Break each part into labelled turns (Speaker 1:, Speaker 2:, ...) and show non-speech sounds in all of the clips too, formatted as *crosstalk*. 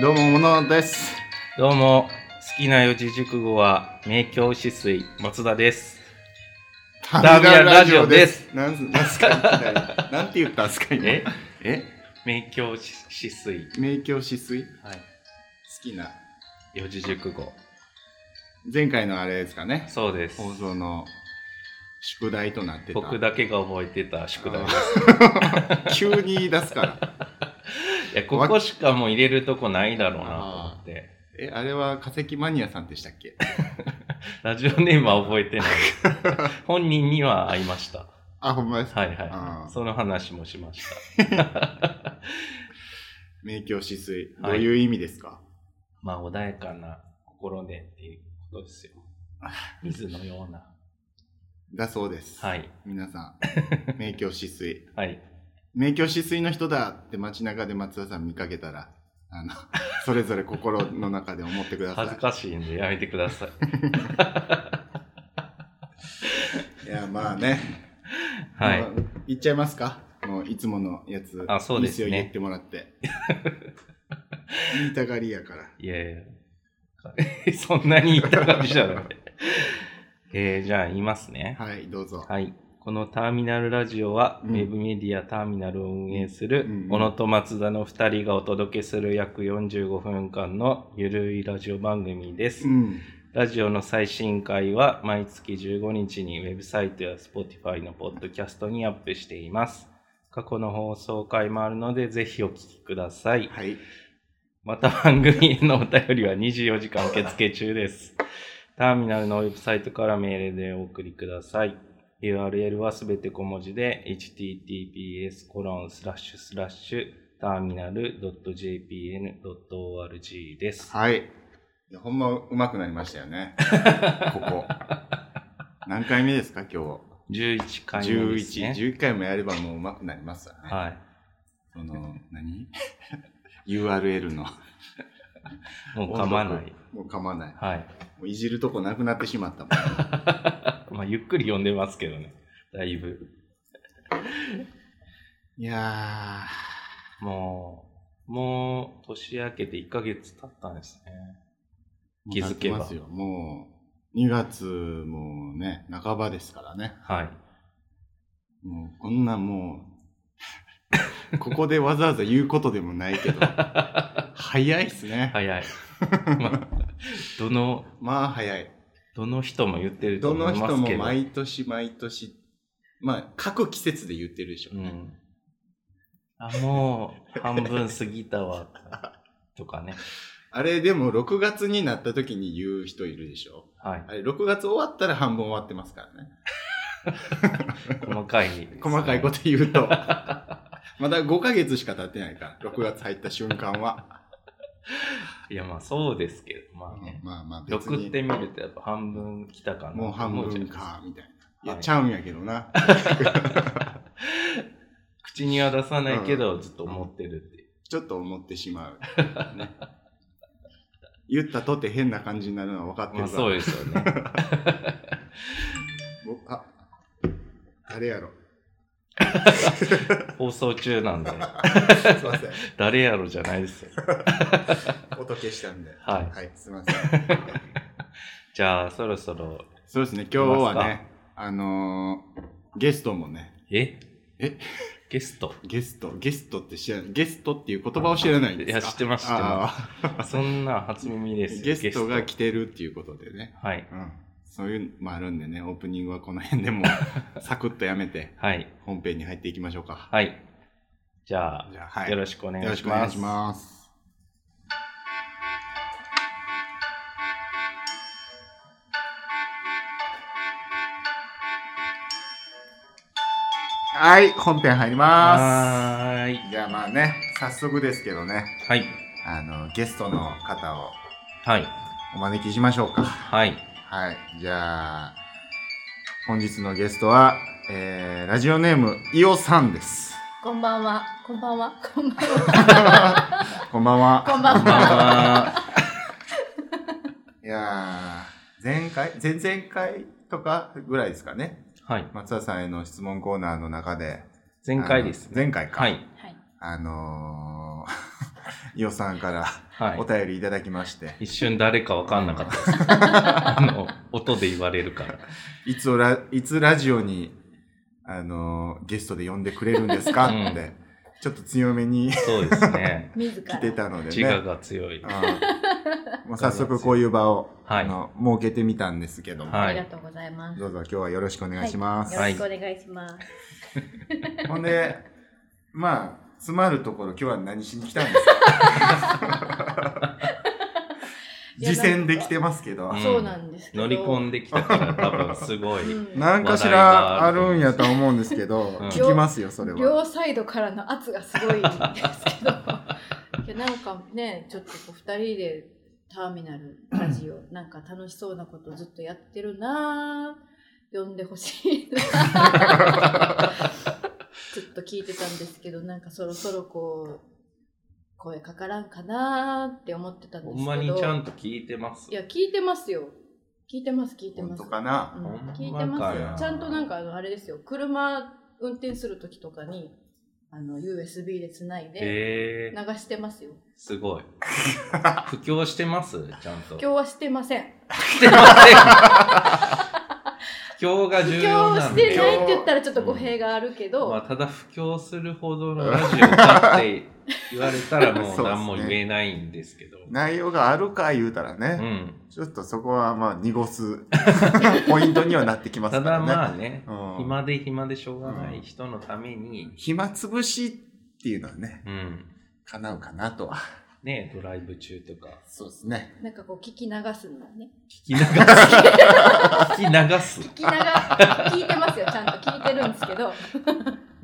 Speaker 1: どうも、ものです。
Speaker 2: どうも、好きな四字熟語は、名教止水、松田です。
Speaker 1: タ
Speaker 2: ーミナルラジオです
Speaker 1: なんすなんすかいきな
Speaker 2: *laughs*
Speaker 1: りなんて言ったんすか、今。 *laughs*
Speaker 2: え
Speaker 1: え
Speaker 2: 名教止水。
Speaker 1: 明鏡止水好
Speaker 2: はい。
Speaker 1: きな。
Speaker 2: 四字熟語。
Speaker 1: 前回のあれですかね。
Speaker 2: そうです。
Speaker 1: 放送の宿題となってた。
Speaker 2: 僕だけが覚えてた宿題
Speaker 1: あ
Speaker 2: で
Speaker 1: ー *laughs* 急に言い出すから。
Speaker 2: す。いや、ここしかもう入れるとこないだろうなと思って。
Speaker 1: え、あれは化石マニアさんでしたっけ
Speaker 2: ラジオネームは覚えてない。
Speaker 1: *laughs*
Speaker 2: 本人には会いました。
Speaker 1: あ、ほんまですか。
Speaker 2: はい
Speaker 1: あ
Speaker 2: は
Speaker 1: ー
Speaker 2: い。その話もしました。
Speaker 1: 明鏡止水。ど
Speaker 2: は
Speaker 1: う
Speaker 2: い
Speaker 1: いう意味ですか、
Speaker 2: まあ、穏やかな心でっていうことですよ。水のような。
Speaker 1: だそうです。
Speaker 2: はい。
Speaker 1: 皆さ
Speaker 2: *laughs*
Speaker 1: ん、明鏡止水。
Speaker 2: はい。
Speaker 1: 名教止水の人だって街中で松田さん見かけたら、あの、 *laughs* それぞれ心の中で思ってください。
Speaker 2: 恥ずかしいんでやめてく
Speaker 1: *laughs*
Speaker 2: ださい。
Speaker 1: いや、まあね。
Speaker 2: はい
Speaker 1: も。う言っちゃいますかもういつものやつ。
Speaker 2: あそうです
Speaker 1: い
Speaker 2: ね
Speaker 1: いっよ言ってもらって。言いたがりやから。
Speaker 2: いやいや。 *laughs* そんなに言った感じじゃ
Speaker 1: *laughs*
Speaker 2: ない。えー、じゃあ言いますね。
Speaker 1: はい、どうぞ。
Speaker 2: はい。このターミナルラジオは、
Speaker 1: うん
Speaker 2: ウェブメディアターミナルを運営す
Speaker 1: うんう
Speaker 2: る
Speaker 1: ん、
Speaker 2: 小野と松田の2人がお届けする約45分間のゆるいラジオ番組です。
Speaker 1: うん。
Speaker 2: ラジオの最新回は毎月15日にウェブサイトや Spotify のポッドキャストにアップしています。過去の放送回もあるので、ぜひお聞きください。
Speaker 1: はい。
Speaker 2: また番組へのお便りは24時間受付中です。ターミナルのウェブサイトからメールでお送りください。URL はすべて小文字で https コロンスラッシュスラッシュターミナル .jpn.org です。
Speaker 1: はい。いやほんまうまくなりましたよね。ここ。何回目ですか今
Speaker 2: 11回
Speaker 1: 日。
Speaker 2: 目
Speaker 1: 11
Speaker 2: です、ね。
Speaker 1: 11回もやればもううまくなりますわね。
Speaker 2: はい。
Speaker 1: その、何 *laughs* ?URL の。
Speaker 2: もう噛まない。。
Speaker 1: もう噛まない。
Speaker 2: はい。
Speaker 1: もういじるとこなくなってしまったもん。
Speaker 2: まあ、ゆっくり読んでますけどね。だいぶ。
Speaker 1: いや
Speaker 2: もう、もう、年明けて1ヶ月経ったんですね。
Speaker 1: ー、
Speaker 2: 気づけば
Speaker 1: もう経ってますよ。もう、2月もね、半ばですからね。
Speaker 2: はい。
Speaker 1: もう、こんなもう、ここでわざわざ言うことでもないけど、早いっすね。
Speaker 2: 早い。まあどの、
Speaker 1: まあ早い。
Speaker 2: どの人も言ってると
Speaker 1: ど
Speaker 2: 思
Speaker 1: の
Speaker 2: いま
Speaker 1: 人
Speaker 2: す
Speaker 1: も
Speaker 2: けど。
Speaker 1: 毎年毎年、まあ、各季節で言ってるでしょ
Speaker 2: う。ん。あ、もう、半分過ぎたわ。とかね。
Speaker 1: あれ、でも6月になった時に言う人いるでしょ。
Speaker 2: はい
Speaker 1: あ。れ、6月終わったら半分終わってますからね。
Speaker 2: 細かいですね、
Speaker 1: *laughs* 細かいこと言うと。 *laughs* まだ5ヶ月しか経ってないから、6月入った瞬間
Speaker 2: *laughs*
Speaker 1: は。
Speaker 2: いや、まあ、そうですけど、まあね。
Speaker 1: まあまあ別
Speaker 2: 毒っ
Speaker 1: に、
Speaker 2: てみるとやっぱ半分来たかな
Speaker 1: もう半
Speaker 2: と思じゃな
Speaker 1: 分
Speaker 2: いです
Speaker 1: か、みたいな。い
Speaker 2: *laughs* は
Speaker 1: や、
Speaker 2: い
Speaker 1: ちゃうんやけどな。
Speaker 2: 口には出さないけど、ずっと思ってるっていう。
Speaker 1: ちょっと思ってしまう。ね、言ったとて変な感じになるのは分かって
Speaker 2: ま
Speaker 1: る
Speaker 2: あ
Speaker 1: から。
Speaker 2: そうですよね。
Speaker 1: ぼあ、あれや
Speaker 2: *laughs*
Speaker 1: ろ。
Speaker 2: 放送中な
Speaker 1: *laughs*
Speaker 2: んで、
Speaker 1: すいません。
Speaker 2: 誰やろじゃないですよ。
Speaker 1: 音消したんで。
Speaker 2: はい。
Speaker 1: はい、すいません。 *laughs*
Speaker 2: じゃあ、そろそろ、
Speaker 1: そうですね、今日はね、あのーゲストもね、
Speaker 2: え
Speaker 1: え
Speaker 2: ゲスト
Speaker 1: ゲスト、ゲストって知らない、ゲストっていう言葉を知らないんですか
Speaker 2: いや知ってます知ってます
Speaker 1: あ
Speaker 2: そんな初耳です
Speaker 1: ー
Speaker 2: よ。
Speaker 1: ゲストが
Speaker 2: ゲ
Speaker 1: 来てるっていうことでね。
Speaker 2: トはい。
Speaker 1: うん。そういうのもあるんでね、オープニングはこの辺でも
Speaker 2: *laughs*
Speaker 1: サクッとやめて、
Speaker 2: はい。
Speaker 1: 本編に入っていきましょうか。
Speaker 2: はい。じゃあ、
Speaker 1: じゃあ、はい。
Speaker 2: よ
Speaker 1: よ
Speaker 2: ろしくお願いしま
Speaker 1: ろ
Speaker 2: す。
Speaker 1: しくお願いします。はい、本編入りま
Speaker 2: はーい。
Speaker 1: す。じゃあまあね、早速ですけどね、
Speaker 2: はい。
Speaker 1: あの、ゲストの方を
Speaker 2: はい。
Speaker 1: お招きしましょうか。
Speaker 2: はい。
Speaker 1: はい、じゃあ、本日のゲストは、えーラジオネーム、いおさんです。
Speaker 3: こんばんは。こんばんは。 *laughs* こんばんは。
Speaker 1: こんばんは。
Speaker 3: こんばんは
Speaker 1: こんばんは。いやー、前回、前々回とかぐらいですかね。
Speaker 2: はい。
Speaker 1: 松田さんへの質問コーナーの中で。
Speaker 2: 前回です
Speaker 1: あの。前回か。
Speaker 2: はい。
Speaker 3: はい。
Speaker 1: あの *laughs* 予算から
Speaker 2: はい
Speaker 1: お。便りいただきまして、
Speaker 2: 一瞬誰かわかんなかったです。
Speaker 1: *laughs*
Speaker 2: あの、音で言われるから。
Speaker 1: い、つをラいつラジオに、あのーゲストで呼んでくれるんですか
Speaker 2: うん
Speaker 1: って、ちょっと強めに *laughs*
Speaker 2: そうですね。
Speaker 3: 自ら
Speaker 1: 来てたので
Speaker 2: 自
Speaker 1: ね
Speaker 2: 我。が強い。 *laughs*
Speaker 1: うんもう早速こういう場を、
Speaker 2: は
Speaker 1: あ
Speaker 2: い
Speaker 1: の設けてみたんですけども、
Speaker 2: はい
Speaker 3: ありがとうございます。
Speaker 1: どうぞ今日はよろしくお願いします。
Speaker 2: はい
Speaker 3: よろしくお願いします。
Speaker 1: ほんで、まあ、詰まるところ今日は何しに来たんですか
Speaker 2: *laughs*
Speaker 3: いや
Speaker 1: *laughs* 実践できてますけど。
Speaker 2: うん
Speaker 3: そうなんですけど。
Speaker 2: 乗り込んできたから多分すごい。
Speaker 3: うん
Speaker 1: なんかしらあるんやと思うんですけど、
Speaker 2: ん
Speaker 1: 聞きますよ、それは。
Speaker 3: 両サイドからの圧がすごいんです
Speaker 2: *laughs*
Speaker 3: けどいやなんかねちょっとこう2人でターミナルラジオなんか楽しそうなことずっとやってるなぁ呼んでほし
Speaker 2: *laughs*
Speaker 3: いなぁずっと聞いてたんですけどなんかそろそろこう声かからんかなぁって思ってたんで
Speaker 2: ほ
Speaker 3: すけど
Speaker 2: んまにちゃんと聞いてます
Speaker 3: い。や聞いてますよ聞いてます聞いてま
Speaker 1: 本
Speaker 3: す
Speaker 1: 当かな、
Speaker 3: うん
Speaker 2: ほんまか
Speaker 3: 聞いてますよ
Speaker 2: よ
Speaker 3: ちゃんとなんかあのあれですよ車運転する時とかにあの USB でつないで
Speaker 2: え
Speaker 3: 流
Speaker 2: ー、
Speaker 3: してますよ
Speaker 2: すごい。
Speaker 1: *laughs*
Speaker 2: 布教してますちゃんと。
Speaker 3: 今日はしてません
Speaker 2: *laughs* してません。布教が
Speaker 3: 布
Speaker 2: 重要
Speaker 3: 教
Speaker 2: な
Speaker 3: し
Speaker 2: ん
Speaker 3: て
Speaker 2: で
Speaker 3: な。いって言ったらちょっと語弊があるけど、
Speaker 2: まあ、ただ布教するほどのラジオかって言われたら *laughs* もう何も言えないんですけど。
Speaker 1: 内容があるか言うたら
Speaker 2: う
Speaker 1: ね、
Speaker 2: ん。
Speaker 1: ちょっとそこはまあ濁
Speaker 2: *laughs*
Speaker 1: すポイントにはなってきます
Speaker 2: た
Speaker 1: から
Speaker 2: だ
Speaker 1: ね。
Speaker 2: まあね、
Speaker 1: うん
Speaker 2: 暇で暇でしょうがない人のために、
Speaker 1: 暇つぶしっていうのはね、
Speaker 2: うん。
Speaker 1: 叶うかなとは。
Speaker 2: ねドライブ中とか、
Speaker 1: そうですね。
Speaker 3: なんかこう聞き流すのね
Speaker 2: 聞き *laughs* 流す。聞き流す。 *laughs*
Speaker 3: 聞き流聞いてますよちゃんと聞いてるんですけど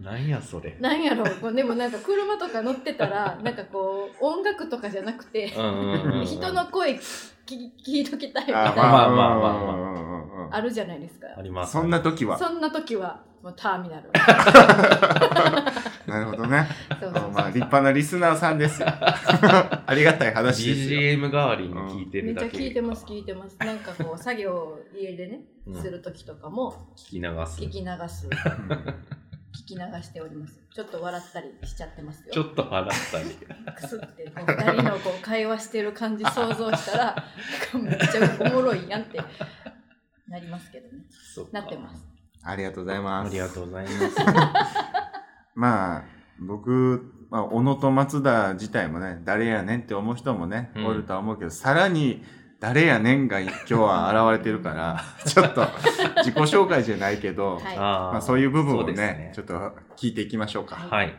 Speaker 2: なんやそれ。
Speaker 3: なんやろうこうでもなんか車とか乗ってたらなんかこう音楽とかじゃなくて
Speaker 2: うんうんうんうん
Speaker 3: 人の声聞き聞いと
Speaker 2: *laughs*
Speaker 3: きたいみたい
Speaker 1: あ
Speaker 3: な
Speaker 2: まあまあまあまあ
Speaker 1: うんうんうんうん
Speaker 3: あるじゃないですか
Speaker 2: あります。
Speaker 1: そんな時は。
Speaker 3: そんな時はもうターミナル
Speaker 1: なるほど
Speaker 2: *laughs*
Speaker 1: ね。
Speaker 3: そうそうそう
Speaker 1: まあ、立派なリスナーさんですよ。ありがたい話ですよ。
Speaker 2: BGM 代わりに聞いて
Speaker 3: め
Speaker 2: る
Speaker 3: っちゃ
Speaker 2: だけ。
Speaker 3: 聞いてます聞いてますなんかこう作業を家でね
Speaker 2: うん
Speaker 3: する時とかも
Speaker 2: 聞き流す。
Speaker 3: 聞き流す
Speaker 1: うん
Speaker 3: 聞き流しておりますちょっと笑ったりしちゃってますよ
Speaker 2: ちょっと笑ったり。
Speaker 3: くすってこう二人のこう会話してる感じ想像したらなんかめっちゃおもろいやんってなりますけどね
Speaker 2: そか
Speaker 3: なってます。
Speaker 1: ありがとうございま
Speaker 2: あ
Speaker 1: す
Speaker 2: り。がとうございます。
Speaker 1: まあ、僕、まあ、小野と松田自体もね、誰やねんって思う人もね、
Speaker 2: うん
Speaker 1: おるとは思うけど、さらに、誰やねんが今日は現れてるから、 *laughs* ちょっと自己紹介じゃないけど、
Speaker 3: はい
Speaker 2: あ
Speaker 1: まあ、そういう部分を
Speaker 2: そ
Speaker 1: ね
Speaker 2: うですね
Speaker 1: ちょっと聞いていきましょうか。
Speaker 2: はい。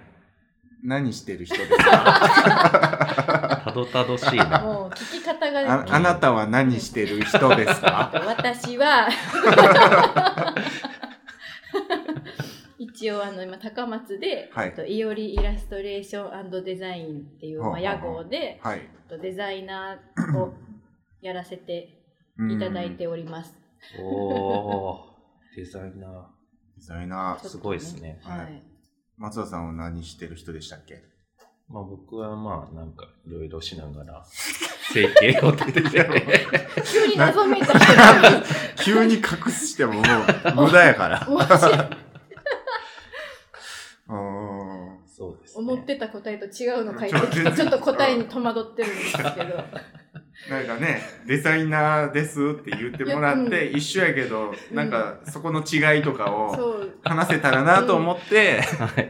Speaker 1: 何してる人ですか
Speaker 2: たどたどしいな。 *laughs*
Speaker 3: もう聞き方
Speaker 1: あ
Speaker 3: が
Speaker 1: あなたは何してる人ですか
Speaker 3: 私は一応あの今高松で、
Speaker 1: はい
Speaker 3: えっといおりイラストレーションデザインっていう、ま
Speaker 1: は
Speaker 3: あ、
Speaker 1: あはあ
Speaker 3: 屋号で
Speaker 1: *laughs* はい。
Speaker 3: えっとデザイナーをやらせていただいております。
Speaker 2: おおー、デザイナ
Speaker 1: うん。デザイナ
Speaker 2: ー。
Speaker 3: ちょっと
Speaker 2: すごいですね。
Speaker 1: は
Speaker 3: はいい、
Speaker 1: 松田さんは何してる人でしたっ
Speaker 3: *laughs*
Speaker 1: け
Speaker 2: まあ僕はまあなんかいろいろしながら生計を立てて
Speaker 3: 急に謎めいた人
Speaker 1: 急に隠してももう無駄や
Speaker 3: *laughs*
Speaker 1: から。
Speaker 3: 面白い
Speaker 1: うーん
Speaker 2: *laughs* そうです、ね、
Speaker 3: 思ってた答えと違うの書いてきてちょっと答えに戸惑ってるんですけど
Speaker 1: なんかね、デザイナーですって言ってもらっ
Speaker 3: いや
Speaker 1: て、一緒やけど、なんかそこの違いとかを
Speaker 3: そう
Speaker 1: 話せたらなと思って、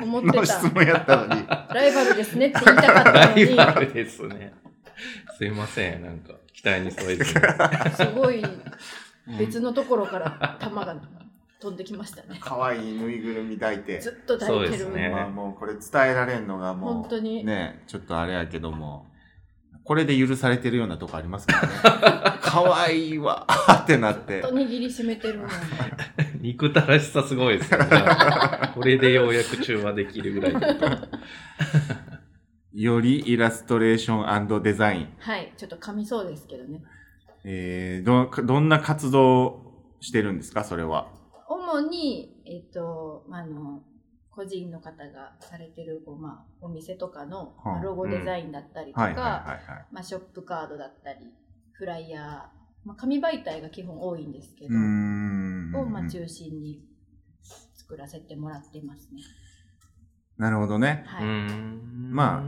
Speaker 3: 思っ
Speaker 1: *laughs* の
Speaker 3: て
Speaker 1: 質
Speaker 3: *laughs* た
Speaker 1: 問やったのに。
Speaker 3: ライバルですねって言いたかった
Speaker 2: ラ
Speaker 3: の
Speaker 2: イ
Speaker 3: に *laughs*
Speaker 2: バルですねすいませんなんか期待に添え *laughs* ずに
Speaker 3: すごい別のところから球が飛んできましたね。
Speaker 1: 可愛いぬいぐるみ抱いて。
Speaker 3: ずっと抱い
Speaker 2: そう
Speaker 3: てる、
Speaker 2: ですね
Speaker 1: まあもうこれ伝えられんのがも
Speaker 3: 本当
Speaker 1: う、
Speaker 3: に、
Speaker 1: ね、ちょっとあれやけども、これで許されてるようなとこあります
Speaker 3: *laughs*
Speaker 1: からね。可愛いわーってなっ
Speaker 3: ずってと。握りしめてるのに。
Speaker 2: 憎たらしさすごいですよねこれでようやく中和できるぐらいだと
Speaker 1: よりイラストレーションデザイン。
Speaker 3: はい、ちょっと噛みそうですけどね。
Speaker 1: えー、ど、どんな活動をしてるんですか、それは。
Speaker 3: 主に、えっ、と、まああの、個人の方がされてる、こうまあ、お店とかの
Speaker 1: はあ
Speaker 3: まあロゴデザインだったりと
Speaker 1: はいはい
Speaker 3: か、
Speaker 1: はいはい。
Speaker 3: まあショップカードだったり、フライヤー、まあ、紙媒体が基本多いんですけ
Speaker 1: う
Speaker 3: ど、
Speaker 1: ーん
Speaker 3: をまあ中心に作らせてもらってますね。
Speaker 1: なるほどね。
Speaker 3: はい。
Speaker 2: うーん
Speaker 1: ま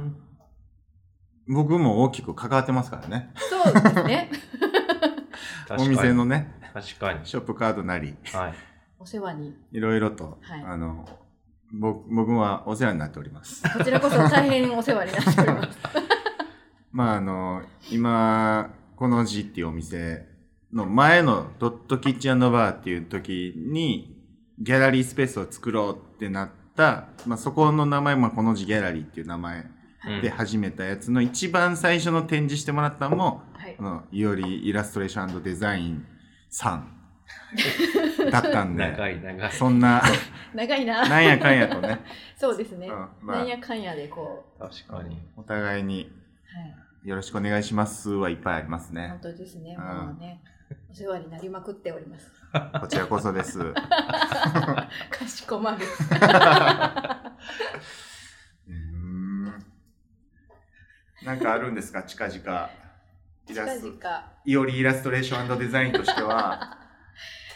Speaker 1: 僕も大きく関わってますからね。
Speaker 3: そうですね。
Speaker 2: 確か
Speaker 1: お
Speaker 2: に
Speaker 1: 店のね、
Speaker 2: 確かに。
Speaker 1: ショップカードなり、
Speaker 2: はい。
Speaker 3: お世話に。
Speaker 1: いろいろと、
Speaker 3: はい
Speaker 1: あの、僕僕はお世話になっております。
Speaker 3: こちらこそ大変お世話になっており
Speaker 1: *laughs*
Speaker 3: ます。
Speaker 1: まあ、あの、今、この字っていうお店の前のドットキッチンバーっていう時に、ギャラリースペースを作ろうってなった、まあ、そこの名前、まあ、この字ギャラリーっていう名前
Speaker 2: うん
Speaker 1: で始めたやつの一番最初の展示してもらったのも、
Speaker 3: はい
Speaker 1: あ。の、いおりイラストレーションデザインさんだったんで、
Speaker 2: 長い長い。
Speaker 1: そんな、
Speaker 3: 長いな。
Speaker 1: なんやかんやと
Speaker 2: *laughs*
Speaker 1: ね、
Speaker 3: そうですね。
Speaker 1: うんまあ
Speaker 3: なんやかんやでこ
Speaker 2: 確かに。
Speaker 1: お互いに
Speaker 3: う。はい。
Speaker 1: よろしくお願いしますはいっぱいあります
Speaker 3: 本
Speaker 1: ね。
Speaker 3: 当ですね。
Speaker 1: うん
Speaker 3: もうね、お世話になりまくっております。
Speaker 1: こちらこそです。うん
Speaker 3: かしこまる。
Speaker 1: なんかあるんですか近々。イ
Speaker 3: 近
Speaker 1: ラスト、
Speaker 3: 々。
Speaker 1: いおりイラストレーションデザインとして
Speaker 3: *laughs*
Speaker 1: は、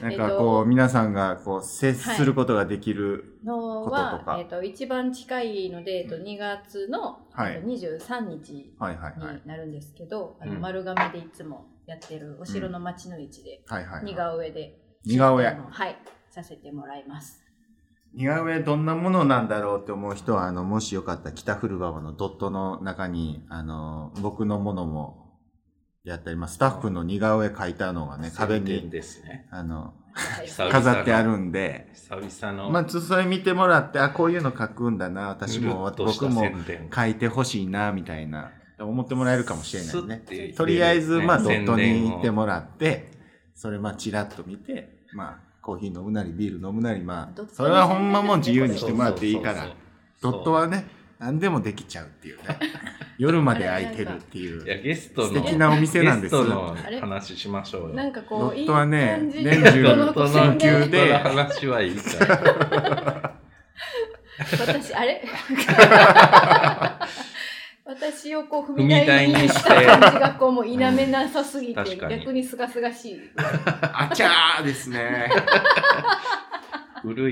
Speaker 1: なんかこ
Speaker 3: えっと
Speaker 1: う、皆さんがこう、接することができる、
Speaker 3: の
Speaker 1: こととか
Speaker 3: は、えっと一番近いので、えっと
Speaker 1: うん
Speaker 3: 2月の
Speaker 1: はい
Speaker 3: えっと23日
Speaker 1: はいはいはい。
Speaker 3: になるんですけど、あ
Speaker 2: う
Speaker 3: の
Speaker 2: ん
Speaker 3: 丸亀でいつもやってるお城の町の市で、
Speaker 1: はいはい、
Speaker 3: 似
Speaker 1: はい。
Speaker 3: 顔絵で
Speaker 1: 似顔
Speaker 3: あ
Speaker 1: 絵。
Speaker 3: のはいさせてもらいます。
Speaker 1: 似顔絵どんなものなんだろうって思う人は、あの、もしよかったら北古川のドットの中に、あの、僕のものもやったり、まあ、スタッフの似顔絵描いたのがね、壁
Speaker 2: 宣伝
Speaker 1: に、
Speaker 2: ですね。
Speaker 1: あの、
Speaker 3: はい
Speaker 2: 久々
Speaker 1: 飾ってあるんで、
Speaker 2: 久々の。
Speaker 1: まあ、ちょっとそれ見てもらって、あ、こういうの描くんだな、私も、僕も描いてほしいな、みたいな、思ってもらえるかもしれないね。
Speaker 2: ね
Speaker 1: とりあえず、まあ、ドットに行ってもらって、それ、まあ、チラッと見て、まあ、コーヒー飲むなり、ビール飲むなり、ま
Speaker 3: ドッ
Speaker 1: あ
Speaker 3: ト、
Speaker 1: それはほんまもう
Speaker 3: に
Speaker 1: 自由にしてもらっていいから。。ドットはね、何でもできちゃうっていうね。 *laughs* 夜まで空いてるってい
Speaker 2: いや、
Speaker 1: う。
Speaker 2: ゲスト
Speaker 1: 素
Speaker 2: の。
Speaker 1: 敵なお店なんです
Speaker 2: ゲ
Speaker 1: よ。
Speaker 2: ストの
Speaker 1: ド
Speaker 2: 話しましょうよ。
Speaker 3: *laughs* なんかこうい
Speaker 1: ッ
Speaker 3: い
Speaker 1: トはね、
Speaker 3: 感じで
Speaker 1: 年
Speaker 2: ド
Speaker 1: 中
Speaker 2: ット
Speaker 3: こ
Speaker 2: の
Speaker 3: の
Speaker 1: 緊
Speaker 3: 宣
Speaker 1: 急
Speaker 2: ドットの
Speaker 3: 伝
Speaker 1: で、
Speaker 2: 話はいいから。
Speaker 3: 私
Speaker 1: *laughs*
Speaker 3: あれ私をこう
Speaker 2: 踏
Speaker 3: 踏
Speaker 2: み
Speaker 3: み
Speaker 2: 台
Speaker 3: 台
Speaker 2: に
Speaker 3: に
Speaker 2: して
Speaker 3: した感じがこうもう否めなさすぎ
Speaker 2: うん確
Speaker 3: て
Speaker 2: かに
Speaker 3: 逆にすがすがしい。
Speaker 1: あちゃーですね。
Speaker 2: 古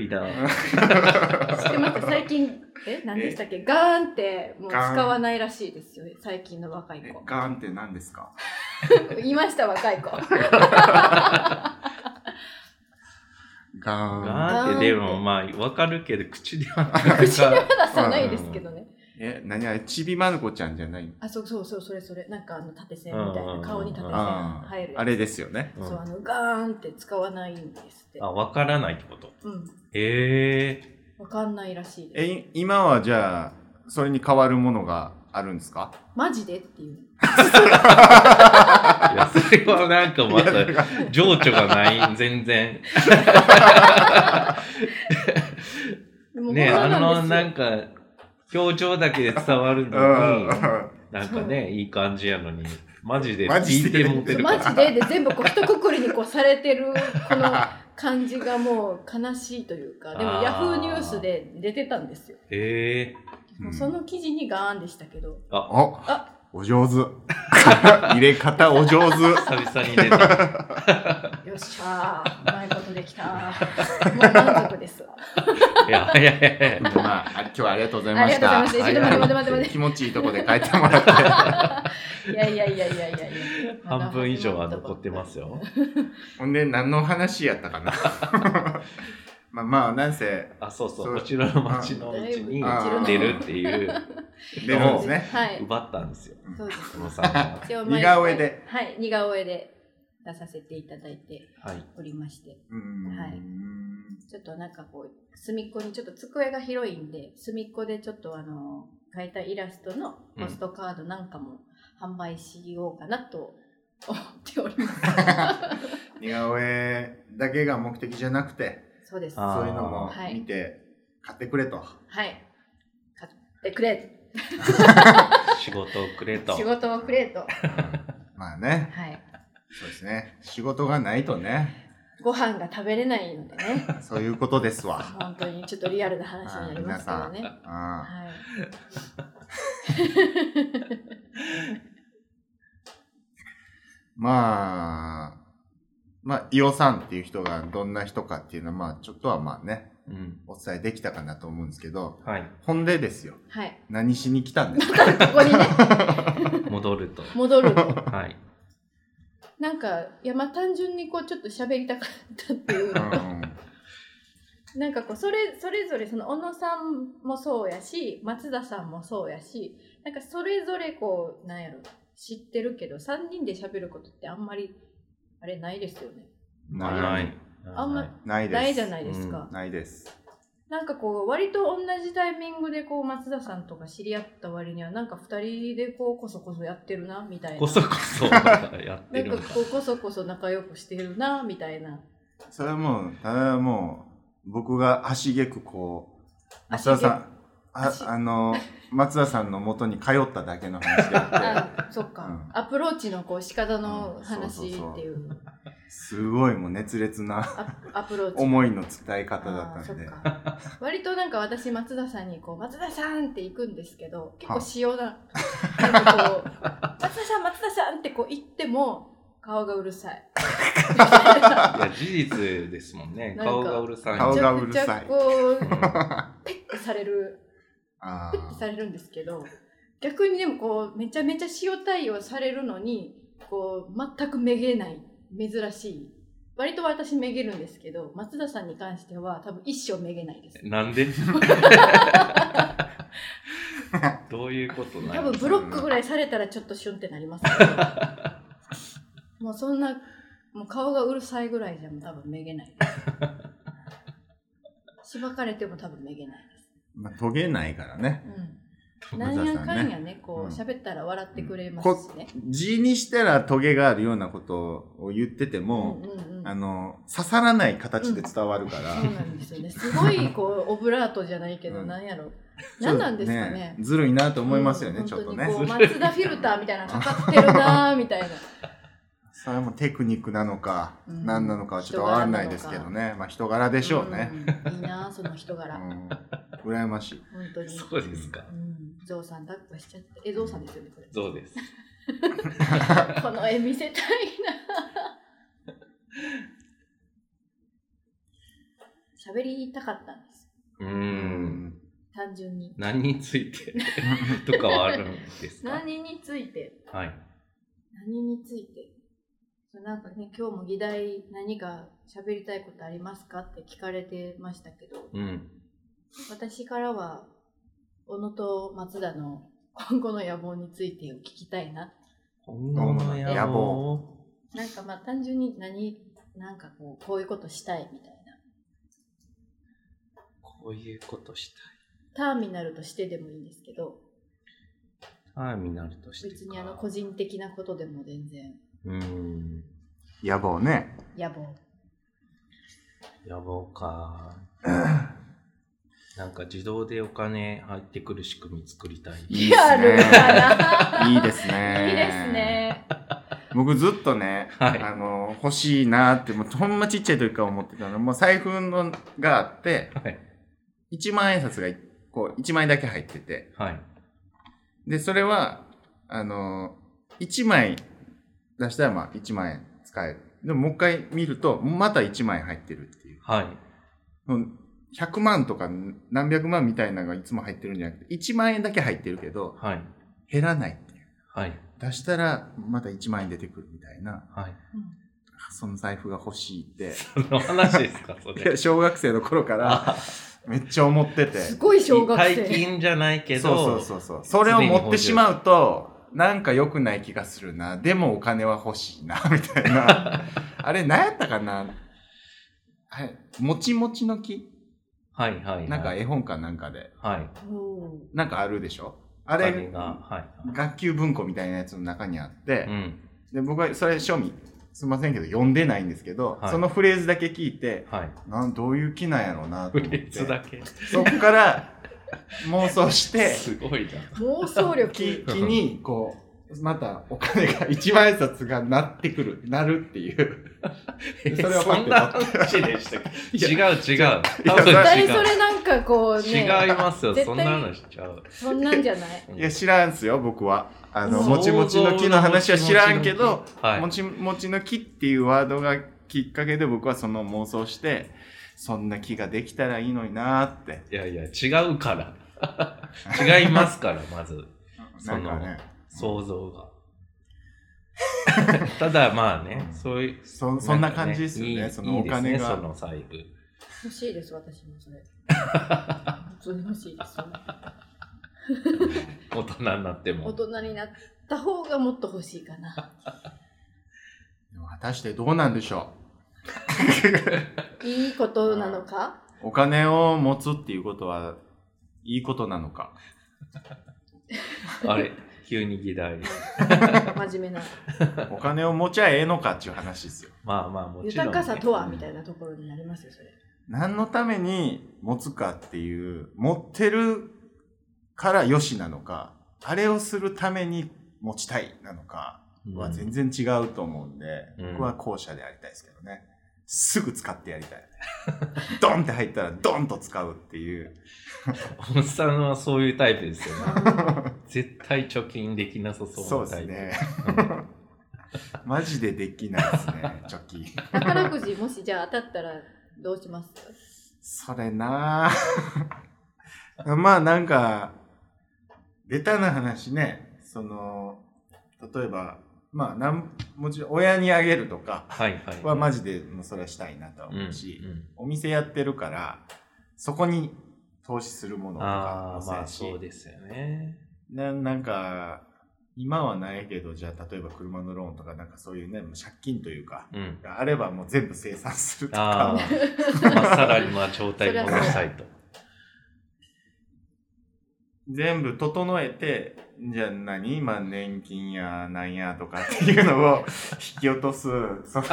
Speaker 1: *laughs*
Speaker 2: いな。
Speaker 3: 知ってます
Speaker 2: *laughs*
Speaker 3: 最近え何でしたっけガーンってもう使わないらしいですよね最近の若い
Speaker 1: え
Speaker 3: 子
Speaker 1: ガーンって何ですか
Speaker 3: 言いました
Speaker 2: *laughs*
Speaker 3: 若い子
Speaker 1: ガーン。
Speaker 2: ガーンってでもまあわかるけど口ではな
Speaker 1: *laughs*
Speaker 3: 口では
Speaker 2: んか
Speaker 3: 出さないですけどね
Speaker 1: え、何あれ、ちびまる子ちゃんじゃない
Speaker 3: あそうそうそうそれそれなんかあの縦線みたい
Speaker 2: うんうんうん
Speaker 3: な顔に縦線
Speaker 1: ああ
Speaker 3: 入る
Speaker 1: あれですよね。
Speaker 3: そうあのガーンって使わないんですって
Speaker 2: あ、わからないってこと。
Speaker 3: うん
Speaker 2: へえ。
Speaker 3: わかんないらしいです
Speaker 1: え、い今はじゃあ、それに変わるものがあるんですか
Speaker 3: マジでっていう
Speaker 2: いや、それはなんかまた
Speaker 1: いやなんか
Speaker 2: 情緒がない、全然。
Speaker 3: でも
Speaker 2: ね、あ
Speaker 3: 本
Speaker 2: の、
Speaker 3: 当な
Speaker 2: なん
Speaker 3: で
Speaker 2: んか、表情だけで伝わる
Speaker 1: う
Speaker 2: のに
Speaker 1: ん、
Speaker 2: なんかね、いい感じやのに、マジで
Speaker 1: マジ
Speaker 2: 聞
Speaker 1: で
Speaker 2: いてもて
Speaker 3: すよ
Speaker 2: るか
Speaker 3: マ
Speaker 2: ら。
Speaker 3: ジでで全部こう一括りにこうされてる
Speaker 2: *laughs*
Speaker 3: この感じがもう悲しいというかでも
Speaker 2: あー
Speaker 3: ヤフーニュースで出てたんですよ
Speaker 2: へえ。
Speaker 3: もうその記事にガーンでした
Speaker 1: *laughs*
Speaker 3: けど、
Speaker 2: あ、
Speaker 1: お
Speaker 3: あ
Speaker 1: お上
Speaker 3: *laughs*
Speaker 1: 手。入れ方お上手。
Speaker 2: 久々に出
Speaker 3: *laughs*
Speaker 2: た。
Speaker 3: よっしゃー、うまいことできたー。
Speaker 1: *laughs*
Speaker 3: もう満足ですわ。
Speaker 2: いや、いやいやいや。
Speaker 1: まあ、あ今日はありがとうござい
Speaker 3: あ
Speaker 1: ま
Speaker 3: り
Speaker 1: し
Speaker 3: が
Speaker 1: た。
Speaker 3: とうございました。ちょっと待って待って待って
Speaker 1: 気持ちいいとこで帰ってもらって。
Speaker 3: 待って。いやいやいやいやいやいや。
Speaker 2: 半分以上は残ってます
Speaker 3: よ。
Speaker 2: よ。
Speaker 1: ほんで、何の話やったかな。 *laughs* まあまあ、なんせ、
Speaker 2: あ、そうそ、
Speaker 1: そうう
Speaker 2: こちらの町のうちに
Speaker 1: あだいぶ
Speaker 2: 出るって
Speaker 1: *laughs*
Speaker 2: いう、
Speaker 1: 出るんですね。
Speaker 3: はい。
Speaker 2: 奪ったんですよ、
Speaker 3: そうです
Speaker 2: 久野さんは。
Speaker 3: 一応
Speaker 1: 似顔絵で。
Speaker 3: 毎回はい、似顔絵で出させていただいて
Speaker 2: はい。
Speaker 3: おりまして。
Speaker 1: うーん
Speaker 3: はいちょっとなんかこう、隅っこにちょっと机が広いんで、隅っこでちょっとあの、描いたイラストのポストカードなんかも販売しようかなと思っており
Speaker 1: *laughs*
Speaker 3: ます。
Speaker 1: 似顔絵だけが目的じゃなくて、
Speaker 3: そうです。
Speaker 2: あー
Speaker 1: そういうのも
Speaker 3: はい
Speaker 1: 見て、買ってくれと。
Speaker 3: はい。買ってくれ
Speaker 2: 仕事をくれ
Speaker 3: と。
Speaker 2: と
Speaker 3: 仕。事をくれと。
Speaker 1: まあね、
Speaker 3: はい。
Speaker 1: そうですね。仕事がないとね、
Speaker 3: ご飯が食べれないのでね。
Speaker 1: そういうことですわ。
Speaker 3: 本当にちょっとリアルな話になりますけどね。
Speaker 1: あ
Speaker 3: はい。
Speaker 1: まあ、まあ、伊尾さんっていう人がどんな人かっていうのは、まあ、ちょっとはまあね、
Speaker 2: うん。
Speaker 1: お伝えできたかなと思うんですけど、
Speaker 2: はい。
Speaker 1: 本でですよ。
Speaker 3: はい。
Speaker 1: 何しに来たんです
Speaker 3: *laughs*
Speaker 1: か
Speaker 3: ここにね、
Speaker 2: 戻ると。
Speaker 3: 戻ると。
Speaker 2: はい。
Speaker 3: なんか、いや、まあ単純にこう、ちょっと喋りたかったっていう
Speaker 1: う
Speaker 3: の
Speaker 1: ん
Speaker 3: と、
Speaker 1: うん
Speaker 3: なんかこうそれそれぞれその小野さんもそうやし松田さんもそうやしなんかそれぞれこうなんやろ知ってるけど3人で喋ることってあんまりあれないですよね
Speaker 1: ない
Speaker 2: ない。
Speaker 3: あんま
Speaker 1: ないです。
Speaker 3: ないじゃないですか、
Speaker 1: ないです。
Speaker 3: なんかこう割と同じタイミングでこう松田さんとか知り合った割にはなんか2人でこうこそこそやってるなみたいな
Speaker 2: こそこ
Speaker 3: *laughs*
Speaker 2: そやって
Speaker 3: なん
Speaker 2: る
Speaker 3: か
Speaker 2: んだ。
Speaker 3: こうこそこそ仲良くしてるなみたいな
Speaker 1: それはもう、ただもう、僕が足げくこう、松
Speaker 3: 足げ
Speaker 1: 田さ
Speaker 3: く
Speaker 1: ん、あ
Speaker 3: 足
Speaker 1: あの、松田さんの元に通っただけの話であって、
Speaker 3: *laughs* あそっか、
Speaker 1: うん
Speaker 3: アプローチのこう仕方の
Speaker 1: うん
Speaker 3: 話
Speaker 1: そうそうそう
Speaker 3: っていう
Speaker 1: すごいもう熱烈な
Speaker 3: アアプローチ
Speaker 1: 思いの伝え方だ
Speaker 3: あ
Speaker 1: ったんで
Speaker 3: ー。そっか割となんか私松田さんにこう「松田さん!」って行くんですけど結構
Speaker 1: は
Speaker 3: 塩ななんかこう「松田さん松田さん!」ってこう言っても顔がうるさい
Speaker 2: いや、事実ですもんね。
Speaker 3: なんか
Speaker 2: 顔がうるさい。
Speaker 1: 顔がう
Speaker 3: め
Speaker 1: る
Speaker 3: ち
Speaker 1: さ
Speaker 3: ゃ
Speaker 1: い
Speaker 3: くちゃこ
Speaker 2: うん
Speaker 3: うペッてされる
Speaker 1: あ
Speaker 3: ペッてされるんですけど逆にでもこうめちゃめちゃ塩対応されるのにこう全くめげない珍しい割と私めげるんですけど松田さんに関しては多分一生めげないです
Speaker 2: なんでどういうことな
Speaker 3: 多
Speaker 2: の
Speaker 3: 分ブロックぐらいされたらちょっとシュンってなりますけどもうそんなもう顔がうるさいぐらいじゃもう多分めげないですしばかれても多分めげないです
Speaker 1: ーまあ、遂げないからね。
Speaker 3: うん、なんやかんやね
Speaker 1: う
Speaker 3: こ
Speaker 1: ん
Speaker 3: う喋ったら笑ってくれますしね、
Speaker 1: 字にしたらトゲがあるようなことを言ってて
Speaker 3: うん、
Speaker 1: も、
Speaker 3: うんうん
Speaker 1: あの、刺さらない形で伝わるから。
Speaker 3: *laughs* そうなんですよねすごいこうオブラートじゃないけど、
Speaker 1: うん
Speaker 3: なんやろ何なんですかね
Speaker 1: ずるいなと思いますよね、
Speaker 3: うん
Speaker 1: ちょっと
Speaker 3: 本当
Speaker 1: ね。
Speaker 3: にこう松田フィルターみたいなのかかってるなーみたいな
Speaker 1: それもテクニックなのか、
Speaker 3: うん
Speaker 1: 何なのかはちょっとわかんないですけどね。まあ人柄 *laughs* でしょうね。、
Speaker 3: うんいいなーその人
Speaker 1: う
Speaker 3: 柄、
Speaker 1: ん。羨ましい。
Speaker 3: 本当に
Speaker 2: そうですか
Speaker 3: う。ん、ゾウさん抱っこしちゃって、え、ゾウさんですよね、これ。
Speaker 2: そうです。
Speaker 3: この絵見せたい *laughs* な。喋りたかったんです。
Speaker 2: う
Speaker 1: う
Speaker 2: ーん。。
Speaker 3: 単純に。
Speaker 2: 何についてとかはあるんですか
Speaker 3: 何について、
Speaker 2: はい。
Speaker 3: 何について。そうなんかね、今日も議題、何か喋りたいことありますかって聞かれてましたけど、
Speaker 2: うん。
Speaker 3: 私からは、小野と松田の今後の野望についてを聞きたいな
Speaker 2: 今後の野
Speaker 1: 野望
Speaker 2: 望。
Speaker 3: なんかまあ単純に何、なんかこう、こういうことしたいみたいな。
Speaker 2: こういうことした
Speaker 3: ターミナルとしてでもいいんですけど、
Speaker 2: い。ターミナルとしてか。
Speaker 3: 別にあの個人的なことでも全然
Speaker 2: うーん。
Speaker 1: 野望ね。
Speaker 3: 野望。
Speaker 2: 野望か。なんか自動でお金入ってくる仕組み作りたい。
Speaker 1: いい
Speaker 3: リ
Speaker 1: です
Speaker 3: アル
Speaker 1: ね。
Speaker 3: だな。
Speaker 1: いいですね。
Speaker 3: *laughs* いいです。ね。
Speaker 1: 僕ずっとね、
Speaker 2: はい
Speaker 1: あの、欲しいなって、もうほんまちっちゃい時から思ってたの。もう財布のがあって、
Speaker 2: はい。
Speaker 1: 1万円札がいこう1枚だけ入ってて、
Speaker 2: はい。
Speaker 1: で、それは、あの、1枚出したらまあ1万円使える。でももう一回見ると、また1万円入ってるっていう。
Speaker 2: はい。
Speaker 1: もう100万とか何百万みたいなのがいつも入ってるんじゃなくて、1万円だけ入ってるけど、
Speaker 2: はい。
Speaker 1: 減らないっていう。
Speaker 2: はい。
Speaker 1: 出したらまた1万円出てくるみたいな、
Speaker 2: はい。 *laughs*
Speaker 1: あその財布が欲しいって。
Speaker 2: その話ですか、そ
Speaker 1: いや
Speaker 2: れ。
Speaker 1: 小学生の頃から
Speaker 2: あ
Speaker 1: めっちゃ思ってて。
Speaker 3: すごい *laughs* 小学生。
Speaker 2: 大金じゃないけ
Speaker 1: そう
Speaker 2: ど、
Speaker 1: そうそうそう。それを持ってしまうと、なんか良くない気がするな。でもお金は欲しいな、 *laughs* みたい
Speaker 2: *laughs*
Speaker 1: な。あれ、何やったかなあれ、もちもちの木
Speaker 2: はいはいはい。
Speaker 1: なんか絵本かなんかで。
Speaker 2: はい。
Speaker 3: うん
Speaker 1: なんかあるでしょあ
Speaker 2: あ
Speaker 1: れ、
Speaker 2: が、はいは
Speaker 1: 学級文庫みたいなやつの中にあって、
Speaker 2: い。うん。
Speaker 1: で僕はそれ、賞味、すいませんけど、読んでないんですけど、
Speaker 2: はい
Speaker 1: そのフレーズだけ聞いて、
Speaker 2: はい。
Speaker 1: なんどういう木なんやろうなと
Speaker 2: フ
Speaker 1: 思っ
Speaker 2: レ
Speaker 1: て
Speaker 2: ー、ズだけ。
Speaker 1: そっから妄想して、
Speaker 2: すごいな。
Speaker 3: 妄想
Speaker 1: 気
Speaker 3: 力。
Speaker 1: 気にこうまたお金が一万円札がなってくるなるっていう
Speaker 2: え
Speaker 1: それは
Speaker 2: そんな話でしたっけ違う違う。多分
Speaker 1: 絶
Speaker 3: 絶
Speaker 2: 違
Speaker 3: 対
Speaker 2: う。
Speaker 3: それなんかこう
Speaker 2: 違い
Speaker 3: ね、
Speaker 2: ますよ。
Speaker 3: 絶
Speaker 2: そ
Speaker 3: 対
Speaker 2: んな話ちゃう。
Speaker 3: そんなんじゃない。
Speaker 1: いや知らんすよ僕はあの
Speaker 3: うん
Speaker 1: もちもちの木の話は知らんけど、
Speaker 2: はい
Speaker 1: もちもちの木っていうワードがきっかけで僕はその妄想してそんな木ができたらいいのになーって。
Speaker 2: いやいや、違うから。違 *laughs* いますから、まず、
Speaker 1: なんかね、
Speaker 2: 想像
Speaker 3: *laughs*
Speaker 2: が。ただ、まあね、そういう。
Speaker 1: そそんな感じですよね。
Speaker 2: なんか
Speaker 1: そのお
Speaker 2: いい
Speaker 1: 金
Speaker 2: ですね、そ
Speaker 1: が。
Speaker 2: の財布。
Speaker 3: 欲しいです、私も *laughs* それ。普通に欲しいです、ね。
Speaker 2: 大人になって
Speaker 3: 大
Speaker 2: も。
Speaker 3: 人になった方がもっと欲しいかな。
Speaker 1: でも果たしてどうなんでしょ
Speaker 3: いいことなのか
Speaker 1: う。お金を持つっていうことは、いいことなのか。
Speaker 2: あれ、急に議題。
Speaker 3: 真面目な。
Speaker 1: お金を持ちゃええのかっていう話ですよ。
Speaker 2: まあまあ、もちろん、
Speaker 3: 豊かさとはみたい
Speaker 2: な。
Speaker 3: なところになりますよ、それ。
Speaker 1: 何のために持つかっていう、持ってるから良しなのか、あれをするために持ちたいなのかは全然違うと思うんで、
Speaker 2: うん
Speaker 1: 僕は後者でありたいですけどね。すぐ使ってやりたい。 *laughs* ドンって入ったらドンと使うっていう。
Speaker 2: おっさんはそういうタイプですよ
Speaker 1: *laughs*
Speaker 2: ね。絶対貯金できなさそ
Speaker 1: そううで
Speaker 2: なタイ
Speaker 1: す
Speaker 2: プ。
Speaker 1: ね。 *laughs* マジでできないですね、貯金。
Speaker 3: *laughs* 宝くじ、もしじゃあ当たったらどうします
Speaker 1: それな *laughs* あまあなんか、ベタな話ね、その、例えば、まあなん、もちろん親にあげるとか
Speaker 2: はいはい。
Speaker 1: はマ
Speaker 2: ジ
Speaker 1: ジでもうそれはしたいなとは思うし、
Speaker 2: うんうん
Speaker 1: お店やってるから、そこに投資するものと
Speaker 2: あ
Speaker 1: か
Speaker 2: あ、
Speaker 1: も
Speaker 2: まあ
Speaker 1: やし
Speaker 2: そうですよね。
Speaker 1: ななんか、今はないけど、じゃあ例えば車のローンとかなんかそういうね、もう借金というか、
Speaker 2: うん。
Speaker 1: があればもう全部清算すると
Speaker 2: あ
Speaker 1: か、
Speaker 2: あ、まあさらにまあ状態に戻したい
Speaker 1: *laughs*
Speaker 2: と。
Speaker 1: 全部整えて、じゃあ何まあ年金やなんやとかっていうのを引き落とす、その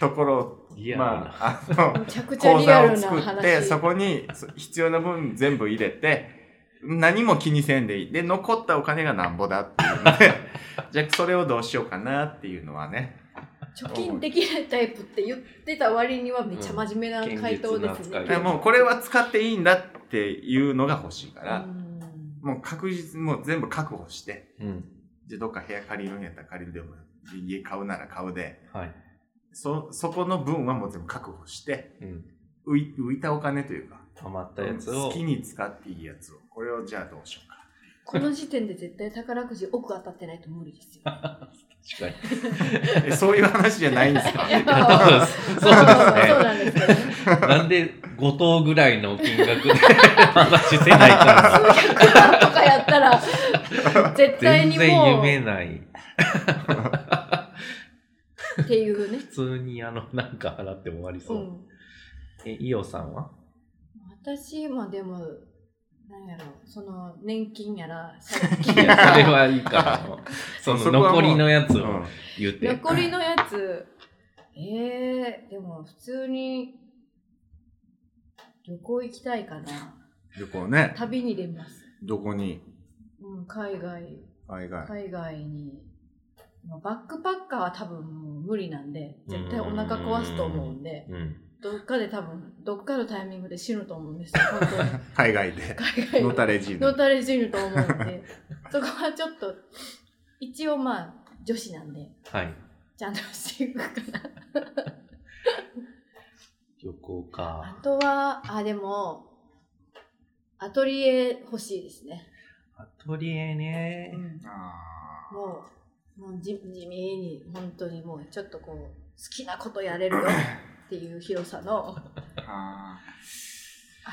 Speaker 1: ところを、
Speaker 2: いや、
Speaker 1: まあ、あ
Speaker 3: *laughs*
Speaker 1: の、
Speaker 3: めちゃくちゃ
Speaker 1: 口
Speaker 3: リ
Speaker 1: 座
Speaker 3: アル
Speaker 1: を
Speaker 3: な
Speaker 1: 作って、
Speaker 3: 話。
Speaker 1: そこにそ必要な分全部入れて、何も気にせんでいい。で、残ったお金がなんぼだっていうので、じゃあそれをどうしようかなっていうのはね。
Speaker 3: 貯金できないタイプって言ってた割にはめっちゃ真面目な回答で
Speaker 2: うん
Speaker 3: すね。
Speaker 2: 現実
Speaker 1: で
Speaker 2: な扱い
Speaker 1: もうこれは使っていいんだっていうのが欲しいから、
Speaker 3: うん
Speaker 1: もう確実にもう全部確保して、
Speaker 2: うん。
Speaker 1: じゃあどっか部屋借りるんやったら借りるでも、家買うなら買うで、
Speaker 2: はい。
Speaker 1: そ、そこの分はもう全部確保して、
Speaker 2: うん。
Speaker 1: 浮い浮いたお金というか、
Speaker 2: ハマったやつを。
Speaker 1: 好きに使っていいやつを、これをじゃあどうしようか。
Speaker 3: この時点で絶対宝くじ奥当たってないと無理
Speaker 2: *laughs*
Speaker 3: ですよ。
Speaker 2: 確か *laughs* に。
Speaker 1: えそういう話じゃないんです
Speaker 2: *laughs*
Speaker 1: か
Speaker 3: いや
Speaker 2: そうですそう
Speaker 3: そ
Speaker 2: です
Speaker 3: う
Speaker 2: ね。
Speaker 3: なんですけどね。
Speaker 2: なんで5等ぐらいの金額で話せないかな。
Speaker 3: とかやったら、絶
Speaker 2: 全
Speaker 3: 対に
Speaker 2: 然
Speaker 3: も
Speaker 2: 夢
Speaker 3: う、
Speaker 2: ない。
Speaker 3: っていうね。
Speaker 2: 普通にあの、なんか払って終わり
Speaker 3: う
Speaker 2: そう。
Speaker 3: ん。
Speaker 2: え、イオさんは
Speaker 3: 私もでも、なんやろ、その、年金やら、借
Speaker 2: い
Speaker 3: 金や
Speaker 2: や、それ
Speaker 3: ら、
Speaker 2: はいい
Speaker 3: *laughs*
Speaker 2: から。その
Speaker 1: そこはも
Speaker 2: 残
Speaker 1: う
Speaker 2: りのやつ
Speaker 1: う
Speaker 2: を
Speaker 1: ん
Speaker 2: 言って。
Speaker 3: 残りのやつ、えー、でも普通に、旅行行きたいかな。
Speaker 1: 旅行ね、
Speaker 3: 旅に出ます。
Speaker 1: どこに
Speaker 3: うん、海外、
Speaker 1: 海外。
Speaker 3: 海外に。まあバックパッカーは多分もう無理なんで、絶対お腹壊すと思うんで、
Speaker 2: うん。
Speaker 3: どっかで多分、どっかのタイミングで死ぬと思うんです *laughs* よ、本当に。
Speaker 1: 海外 *laughs* で、
Speaker 3: 海外
Speaker 1: 野垂れ人。
Speaker 3: のたれ死ぬと思うんで、そこはちょっと、一応まあ、女子なんで、
Speaker 2: はい。
Speaker 3: ちゃんとしていくかな。
Speaker 2: 旅行
Speaker 3: あ
Speaker 2: か。
Speaker 3: とは、あ、でも、アトリエ欲しいですね。
Speaker 2: アトリエね
Speaker 3: う。ん
Speaker 1: あ
Speaker 3: もう、もう地地味に、本当にもう、ちょっとこう、好きなことやれるよっていう広さの、
Speaker 1: ーあ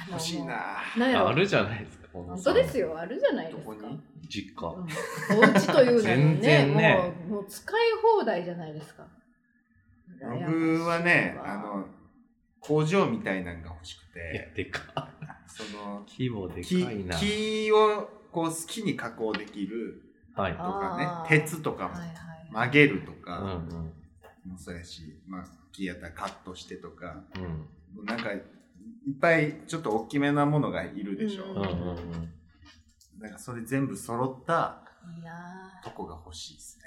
Speaker 3: あ
Speaker 1: ー
Speaker 3: の、
Speaker 1: 欲しい
Speaker 3: も
Speaker 1: な
Speaker 3: う。なんや
Speaker 2: あ
Speaker 3: ろ。
Speaker 2: るじゃないですか。
Speaker 3: 本当ですよ、あるじゃないですか
Speaker 1: ど。こに
Speaker 2: 実家。
Speaker 3: うんお家というのも
Speaker 2: 全然ね
Speaker 3: ね、もう、もう使い放題じゃないですか。
Speaker 1: 僕はね
Speaker 3: 羨、ましい
Speaker 1: あ
Speaker 3: わ
Speaker 1: の、工場みたいなのが欲しく
Speaker 2: いや
Speaker 1: て、、
Speaker 2: でか。
Speaker 1: その、
Speaker 2: 規模で
Speaker 1: 木
Speaker 2: かいな。
Speaker 1: 木をこう好きに加工できる
Speaker 2: はい
Speaker 1: と。か
Speaker 3: あ
Speaker 1: ね
Speaker 3: ー
Speaker 1: 鉄とかも
Speaker 3: はいはい
Speaker 1: 曲げると
Speaker 2: う
Speaker 1: か
Speaker 2: んうん。
Speaker 1: もそうやし、まあ、木やったらカットしてとか
Speaker 2: うん。
Speaker 1: なんかいっぱいちょっと大きめなものがいるでしょ、
Speaker 3: うん
Speaker 2: うんうんうん。
Speaker 1: なんかそれ全部揃った
Speaker 3: いいな
Speaker 1: とこが欲しいですね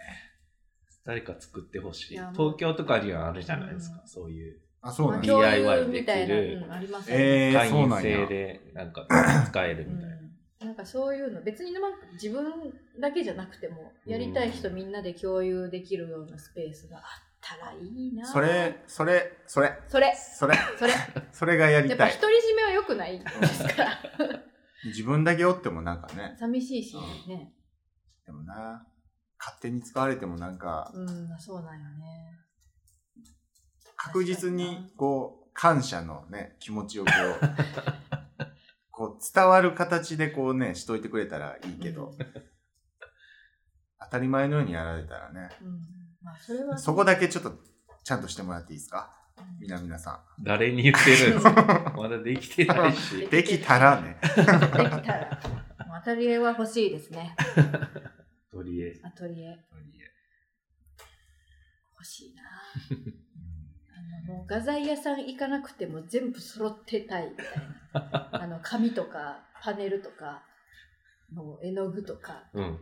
Speaker 2: 誰か作ってほしい。
Speaker 3: いやもう
Speaker 2: 東京とかにはあるじゃないですか。そういう。
Speaker 1: あそ
Speaker 3: ぁ
Speaker 1: うなん
Speaker 2: で
Speaker 1: ですす
Speaker 2: よ
Speaker 1: か
Speaker 3: まあ
Speaker 2: DIY
Speaker 3: 共有みたいな
Speaker 2: できる
Speaker 3: うんありますね
Speaker 1: えー、
Speaker 2: 会
Speaker 1: そう
Speaker 2: 員
Speaker 1: なん
Speaker 2: 制
Speaker 1: や
Speaker 2: で、なんか、使える
Speaker 3: う
Speaker 2: みたいな。
Speaker 3: んなんかそういうの別になんか自分だけじゃなくてもやりたい人みんなで共有できるようなスペースがあったらいいな
Speaker 1: それ、それ、それ、
Speaker 3: それ
Speaker 1: そ
Speaker 3: *laughs*
Speaker 1: れ、
Speaker 3: それ
Speaker 1: それがや
Speaker 3: や
Speaker 1: り
Speaker 3: っぱ
Speaker 1: た
Speaker 3: 独
Speaker 1: い。
Speaker 3: り占めは良くないですから
Speaker 1: 自分だけおってもなんかね、
Speaker 3: 寂しいしね
Speaker 1: でもな、勝手に使われてもなんか、
Speaker 3: うんそうなんよね
Speaker 1: 確実にこう、感謝のね、気持ちをこう、
Speaker 3: *laughs*
Speaker 1: こう伝わる形でこうね、しといてくれたらいいけど、当たり前のようにやられたらね、
Speaker 3: うんまあそれは
Speaker 1: そこだけちょっと、ちゃんとしてもらっていいですか
Speaker 3: うん
Speaker 1: みなみなさ
Speaker 2: 誰に言ってるんです
Speaker 1: *laughs*
Speaker 2: かまだできてないし。
Speaker 1: ん。できたらね。
Speaker 3: できたらもうアトリエは欲しいですね
Speaker 2: とりあえず。
Speaker 3: アトリエ欲しいなあのもう画材屋さん行かなくても全部揃ってたいみたい
Speaker 1: *laughs*
Speaker 3: なあの紙とかパネルとかもう絵の具とか
Speaker 2: うん。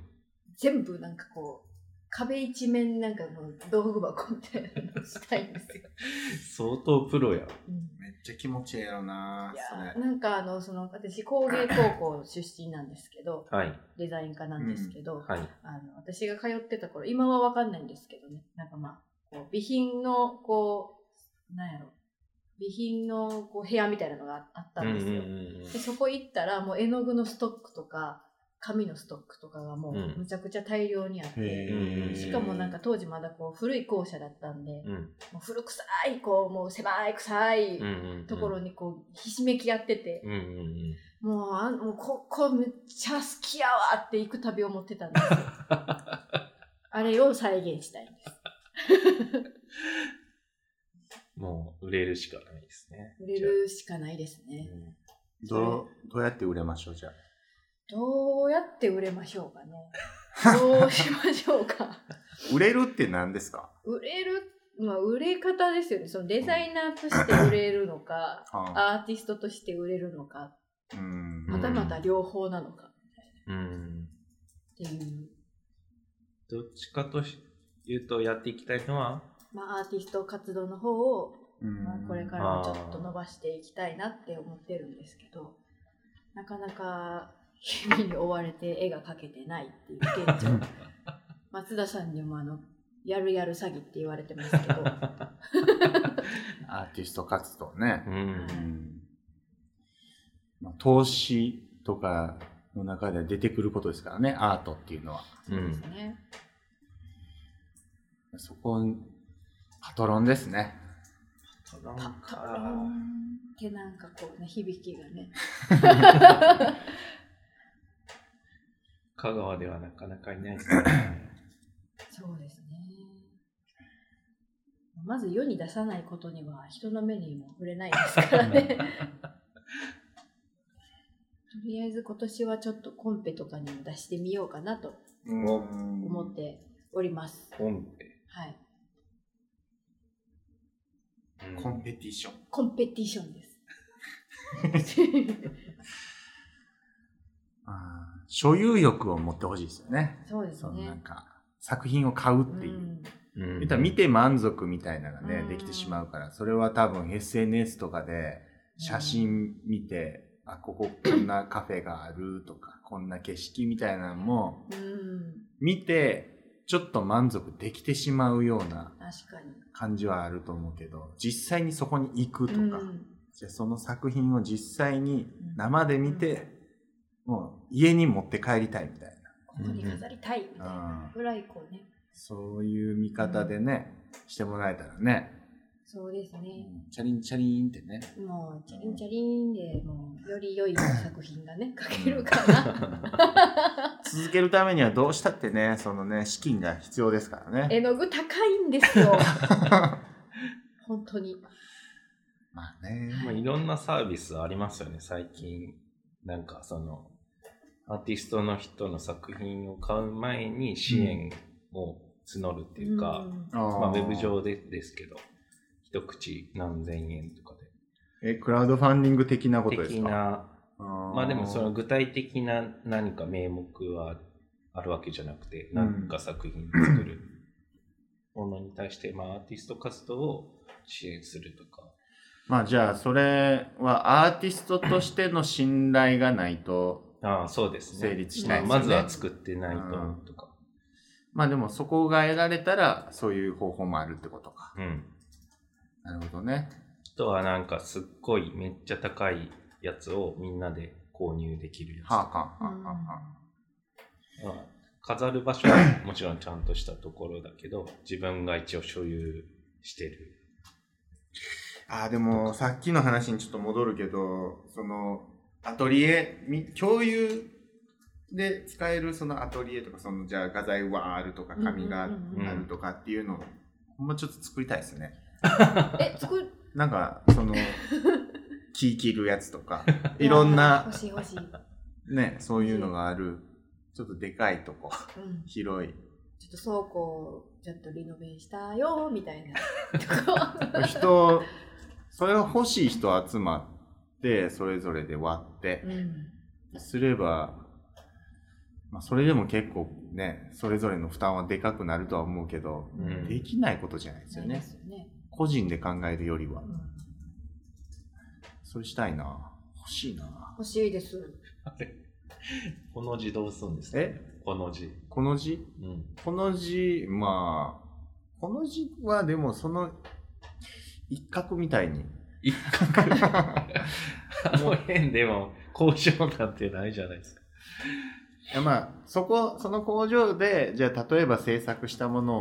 Speaker 3: 全部なんかこう壁一面なんかもう道具箱みたいなのしたいんです
Speaker 1: *laughs*
Speaker 3: よ、
Speaker 2: 相当プロや。
Speaker 3: うん
Speaker 1: めっちゃ気持ちええやろないそれ
Speaker 3: やーなんかあのその私工芸高校出身なんですけど
Speaker 2: はい。
Speaker 3: デザイン科なんですけど、
Speaker 2: はい。
Speaker 3: あの私が通ってた頃今は分かんないんですけどねなんかまあこう備品のこうなんやろ備品のこう部屋みたいなのがああったんですよ、
Speaker 2: うん
Speaker 3: でそこ行ったらもう絵の具のストックとか紙のストックとかがも
Speaker 2: うん
Speaker 3: うむちゃくちゃ大量にあって、
Speaker 1: へー
Speaker 3: しかもなんか当時まだこう古い校舎だったんで、
Speaker 2: うんうん
Speaker 3: もう古臭いこうもう狭い臭い
Speaker 2: うんうんうん
Speaker 3: ところにこうひしめき合ってて、
Speaker 2: うんうんうん。
Speaker 3: もうあんもうここめっちゃ好きやわって行く旅を持ってたんですよあれを再現したいんです
Speaker 2: もう売れるしかないですね。
Speaker 3: 売れるしかないですね
Speaker 2: うん
Speaker 1: どう、どうやって売れましょう、じゃあ。
Speaker 3: どうやって売れましょうかねどうしましょうか
Speaker 1: 売れるって何ですか
Speaker 3: 売れるまあ売れ方ですよねそのデザイナーとして売れるのか
Speaker 1: あ
Speaker 3: アーティストとして売れるのか
Speaker 1: うん
Speaker 3: またまた両方なのか
Speaker 2: うん。
Speaker 3: っていう、
Speaker 2: どっちかとし言うとやっていきたいのは、
Speaker 3: まあ、アーティスト活動の方を
Speaker 1: うん
Speaker 3: まあ、これからもちょっと伸ばしていきたいなって思ってるんですけどなかなか *laughs* 日々に追われて絵が描けてないっていう
Speaker 2: *laughs*
Speaker 3: 現状松田さんにもあのやるやる詐欺って言われてますけど
Speaker 1: アーティスト活動ね
Speaker 2: う、
Speaker 1: うんんまあ、投資とかの中で出てくることですからねアートっていうのは
Speaker 3: そうですね、
Speaker 1: そこパトロンですね
Speaker 2: なん
Speaker 3: パ
Speaker 2: か
Speaker 3: ッとローンってなんかこうね響きがね
Speaker 2: 香川ではなかなかいないですね。
Speaker 1: *laughs*
Speaker 3: そうですねまず世に出さないことには人の目にも触れないですからね
Speaker 1: *laughs*
Speaker 3: とりあえず今年はちょっとコンペとかにも出してみようかなと思っております。
Speaker 2: コンペ。
Speaker 3: はい。
Speaker 2: うん
Speaker 1: コンペティション
Speaker 3: コンペティションです。
Speaker 1: *laughs* あー所有欲を持ってほしいですよね
Speaker 3: そうです
Speaker 1: そのなん
Speaker 3: ね。
Speaker 1: か作品を買うっていう、
Speaker 3: ん、
Speaker 2: うん
Speaker 1: 言ったら見て満足みたいなのがね、
Speaker 3: うん
Speaker 1: できてしまうからそれは多分 SNS とかで写真見て、あこここんなカフェがあるとかこんな景色みたいなのも
Speaker 3: うん、
Speaker 1: 見てちょっと満足できてしまうような
Speaker 3: 確かに。
Speaker 1: 感じはあると思うけど実際にそこに行くとか、
Speaker 3: うん
Speaker 1: じゃあその作品を実際に生で見て、もう家に持って帰りたいみたい
Speaker 3: ここに飾りたいみたいなぐらいこうね。
Speaker 1: なそういう見方でね、してもらえたらね、
Speaker 3: そうですね。
Speaker 1: チャリンチャリンってね
Speaker 3: もうチャリンチャリンでもうより良い作品がね描けるかな。
Speaker 2: *laughs*
Speaker 1: 続けるためにはどうしたってねそのね資金が必要ですからね *laughs*
Speaker 3: 絵の具高いんですよ。本当に。
Speaker 1: まあね、
Speaker 2: まあ、いろんなサービスありますよね、最近。なんかその、アーティストの人の作品を買う前に支援を募るっていうか、
Speaker 3: ん
Speaker 1: ま
Speaker 2: まあ、ウェブ上でですけど、一口何千円とか
Speaker 1: えクラウドファンディング的なこ
Speaker 2: で。
Speaker 1: とです
Speaker 2: 的
Speaker 1: か
Speaker 2: な、ま
Speaker 1: ま
Speaker 2: あでもその具体的な何か名目はあるわけじゃなくて、
Speaker 1: ん
Speaker 2: 何か作品作るものに対して、まあアーティスト活動を支援するとか。
Speaker 1: まあじゃあそれはアーティストとしての信頼がないと
Speaker 2: ああ、そうですね。
Speaker 1: 成立しないですよね
Speaker 2: まあまずは作ってないととか。
Speaker 1: まあでもそこが得られたら、そういう方法もあるってことか。
Speaker 2: うん。
Speaker 1: なるほどね。
Speaker 2: あとはなんかすっごいめっちゃ高いやつをみんなで購入できるやつ。
Speaker 1: はあ、はあはあはあは
Speaker 2: まあ飾る場所は *coughs* もちろんちゃんとしたところだけど、自分が一応所有してる。
Speaker 1: あ。あーでもさっきの話にちょっと戻るけど、そのアトリエ、み共有で使えるそのアトリエとか、そのじゃあ画材はあるとか紙があ
Speaker 3: うんうんうん
Speaker 2: うん
Speaker 1: るとかっていうのを、ほんまちょっと作りたいですね。
Speaker 3: え、作る
Speaker 1: なんか、その、木切るやつとか、いろんな
Speaker 3: 欲、しい欲しい。うん。
Speaker 1: ね、そういうのがある、ちょっとでかいとこ、 *laughs* 広い。
Speaker 3: ちょっと倉庫をちょっとリノベしたよ、みたいな。
Speaker 2: *laughs*
Speaker 3: とか。
Speaker 1: 人、それを欲しい人集まって、それぞれで割って
Speaker 3: う、ん。
Speaker 1: すれば、まあ、それでも結構ね、それぞれの負担はでかくなるとは思うけど、
Speaker 2: うん
Speaker 1: できないことじゃないです
Speaker 3: そ
Speaker 1: よ
Speaker 3: うで
Speaker 1: ね。
Speaker 3: すよね。
Speaker 1: 個人で考えるよりは
Speaker 3: う。ん
Speaker 1: それしたいな。欲しいな。
Speaker 3: 欲しいです。
Speaker 2: この字どうするんですか
Speaker 1: え
Speaker 2: この字。
Speaker 1: この字 *laughs*
Speaker 2: うん。
Speaker 1: この字、まあ、この字はでもその一角みたいに。
Speaker 2: 一角 *laughs* あの辺でも工場なんてないじゃないですか。
Speaker 1: いやまあ、そこ、その工場で、じゃあ例えば制作したもの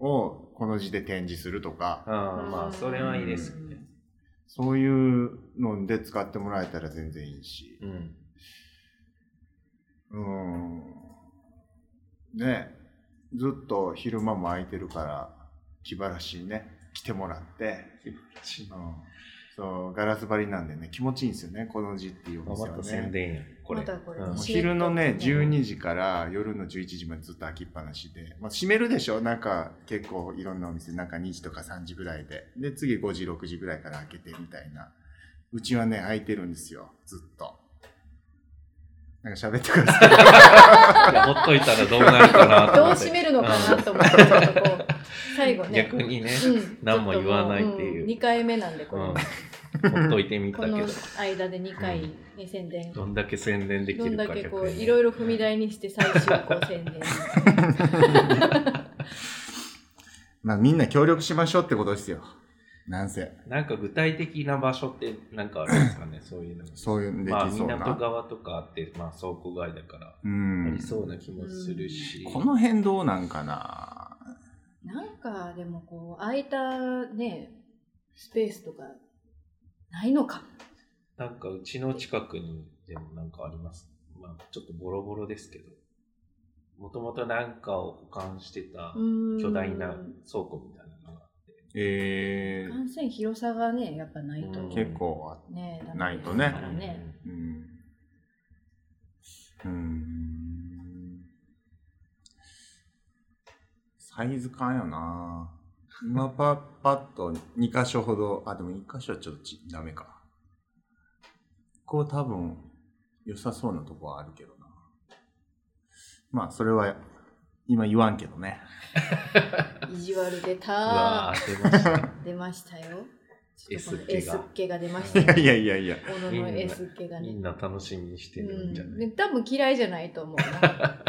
Speaker 1: をこの字で展示するとか、
Speaker 2: ああ、まあ、それはいいですよね。
Speaker 1: そういうので使ってもらえたら全然いいし。
Speaker 2: うん。
Speaker 1: うーん。ねずっと昼間も空いてるから、気晴らしにね、来てもらって、うん。そう、ガラス張りなんでね、気持ちいいんですよね、この字っていうお
Speaker 2: ま
Speaker 1: 店
Speaker 2: あま
Speaker 1: は
Speaker 2: た
Speaker 1: ね。
Speaker 2: 宣伝や。これ。
Speaker 3: またこれ
Speaker 2: うん
Speaker 1: もう昼のね、12時から夜の11時までずっと開きっぱなしで、まあ、閉めるでしょなんか結構いろんなお店、なんか2時とか3時ぐらいで。で、次5時、6時ぐらいから開けてみたいな。うちはね、開いてるんですよ、ずっと。なんか喋ってください。
Speaker 2: *laughs* いやほっといたらどうなるかなと
Speaker 3: どう
Speaker 2: 思って。
Speaker 3: 締めるのかなと思って、ちょっとこう、最後ね。
Speaker 2: 逆にね、
Speaker 3: うん
Speaker 2: 何も言わないっていう
Speaker 3: 2回目なんで、
Speaker 2: う
Speaker 3: こ
Speaker 2: ん。
Speaker 3: れ。
Speaker 2: ほっといてみた
Speaker 3: こ
Speaker 2: けど
Speaker 3: の、間で2回、ね、宣伝。
Speaker 2: どんだけ宣伝でき
Speaker 3: どん
Speaker 2: る
Speaker 3: だ
Speaker 2: か
Speaker 3: けこ
Speaker 2: 逆
Speaker 3: う
Speaker 2: にね
Speaker 3: いろいろ踏み台にして最終こう宣伝
Speaker 1: まあみんな協力しましょうってことですよ。なんせ。
Speaker 2: なんか具体的な場所ってなんかあるんですかね、そういうのが。
Speaker 1: そういうんで
Speaker 2: まあ、
Speaker 1: きそうな。
Speaker 2: 港側とかあって、まあ、倉庫街だから、
Speaker 1: う
Speaker 2: あ
Speaker 1: ん
Speaker 2: り。そうな気もするし。
Speaker 1: この辺どうなんかな
Speaker 3: なんかでもこう空いたねスペースとかないのか
Speaker 2: なんか、うちの近くにでもなんかあります。まあ、ちょっとボロボロですけど。もともとなんかを保管してた巨
Speaker 3: 巨
Speaker 2: 大な倉庫みたいなのが。
Speaker 1: え
Speaker 3: 感染広さがねやっぱないと、
Speaker 2: うん
Speaker 1: ー、結構あ
Speaker 3: ねダメ
Speaker 1: ないとね
Speaker 3: だからね
Speaker 1: うんうーんサイズ感やな今パッパッと2箇所ほどあでも1箇所はちょっとちダメかこう多分良さそうなとこはあるけどなまあそれは今言わんけどね
Speaker 3: 意地悪出
Speaker 2: うわー、
Speaker 3: た
Speaker 2: 出ました。
Speaker 3: 出ましたよちょっと
Speaker 2: S
Speaker 3: この
Speaker 2: っ気
Speaker 3: S
Speaker 2: が
Speaker 3: っ気が出まし
Speaker 1: い
Speaker 2: *laughs*
Speaker 1: や
Speaker 3: たよ
Speaker 1: *laughs* いやいやいや
Speaker 3: 小野の S っ気がね
Speaker 2: みんな楽しみにしてるんじゃ
Speaker 3: うん
Speaker 2: ない、
Speaker 3: で多分嫌いじゃないと思うな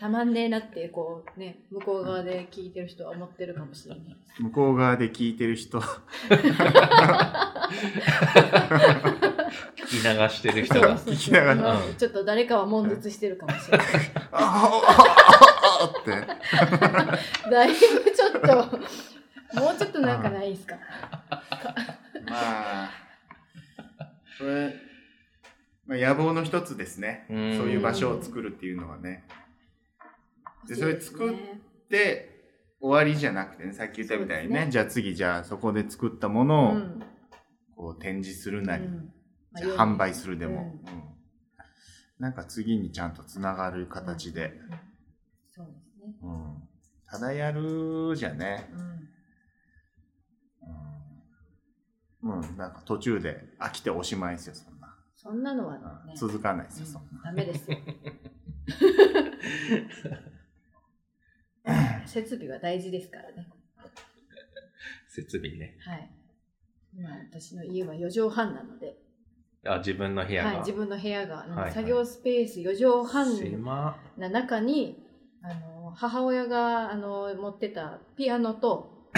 Speaker 3: たまんねえなってこうね向こう側で聞いてる人は思ってるかもしれないです
Speaker 1: 向こう側で聞いてる *laughs* 人
Speaker 2: 聞き流してる人が。
Speaker 1: 聞きながら
Speaker 3: 今ちょっと誰かは悶絶してるかもしれない
Speaker 1: 「ああああああ」って。
Speaker 3: だいぶちょっともうちょっとなんかないですか
Speaker 1: まあ、これ、まあ、野望の一つですね。
Speaker 2: そ
Speaker 1: そうう
Speaker 2: い
Speaker 1: いうう
Speaker 2: 場
Speaker 1: 場
Speaker 2: 所。
Speaker 1: 所を作るっていうのはね。で
Speaker 3: 欲しいす
Speaker 1: それ作で、終わりじゃなくてね、さっき言ったみたいに
Speaker 3: そうで
Speaker 1: ね、
Speaker 3: すね
Speaker 1: じゃあ次、じゃあそこで作ったも
Speaker 3: う
Speaker 1: のを
Speaker 3: ん
Speaker 1: こう展示するなり、
Speaker 3: うんまあ
Speaker 1: じゃあ販売するでも、
Speaker 3: う
Speaker 1: うんなんか次にちゃんとつながる形で、
Speaker 3: うんそうですね
Speaker 1: うんただやるじゃね、
Speaker 3: うん
Speaker 1: うん、うんなんか途中で飽きておしまいですよ、そんな。
Speaker 3: そんなのはね
Speaker 1: うん続かないですよ、そんな。
Speaker 3: ダメ *laughs* ですよ設備は大事ですからね
Speaker 2: 設備ね。
Speaker 3: はい。今、私の家は4畳半なので、
Speaker 2: あ、自分の部屋が。
Speaker 3: はい、自分の部屋が、あの
Speaker 2: はいはい
Speaker 3: 作業スペース4畳半
Speaker 2: 狭っ
Speaker 3: な中に、あの、の母親があの持ってたピアノ *laughs* と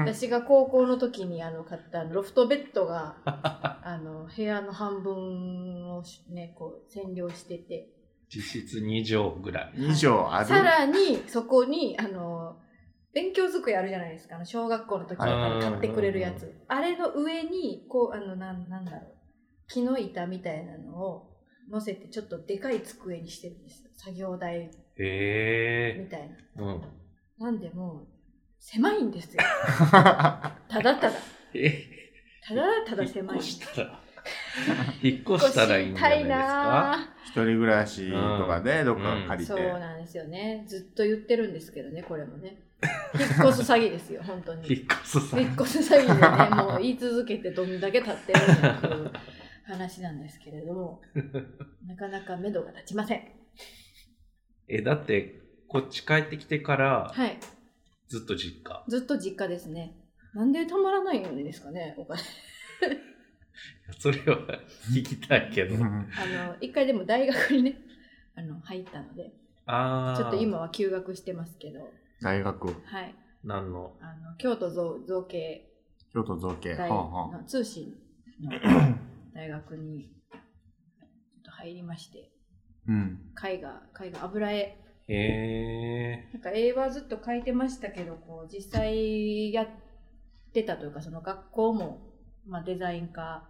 Speaker 3: 私が高校の時にあの買ったあのロフトベッド *laughs* があの部屋の半分をし、ね、こう占領してて
Speaker 2: 実質2畳ぐらい。
Speaker 1: 以上ある *laughs*
Speaker 3: さらにそこにあの勉強机あるじゃないですかあの小学校の時に
Speaker 2: はい
Speaker 3: 買ってくれるやつあれの上にこうあのなんなんだろう木の板みたいなのを乗せてちょっとでかい机にしてるんですよ作業台
Speaker 2: へえ。
Speaker 3: みたいな
Speaker 2: うん。
Speaker 3: なんでもう狭いんですよただただ
Speaker 2: え、
Speaker 3: ただただ狭
Speaker 2: *laughs*
Speaker 3: い
Speaker 2: 引っ越したら、引っ越したらいいんじゃないですか。
Speaker 1: 一人暮らしとかでどっか借りて、
Speaker 3: そうなんですよねずっと言ってるんですけどねこれもね引っ越す詐欺ですよ本当
Speaker 2: *laughs*
Speaker 3: に
Speaker 2: 引っ越すさ。
Speaker 3: 引っ越す詐欺でね、もう言い続けてどんだけ経ってるのかっていう話なんですけれど *laughs* も、なかなか目処が立ちません。
Speaker 2: え、だって、こっち帰ってきてから、
Speaker 3: はい。
Speaker 2: ずっと実家。
Speaker 3: ずっと実家ですね。なんでたまらないんですかね、お金。
Speaker 2: それは聞きたいけど
Speaker 1: う。ん
Speaker 3: あの、一回でも大学にね、あの、入ったので、
Speaker 2: ああ。
Speaker 3: ちょっと。今は休学してますけど、
Speaker 1: 大学
Speaker 3: はい。
Speaker 2: 何の。
Speaker 3: あの、京都造造形
Speaker 1: 京都造形
Speaker 3: 大
Speaker 1: はあはあ
Speaker 3: の通信の大学に、ちょっと入りまして、
Speaker 1: うん
Speaker 3: 絵画、絵画油絵
Speaker 2: へえ。
Speaker 3: なんか絵はずっと描いてましたけど、こう実際やってたというか、その学校も、まあ、デザイン科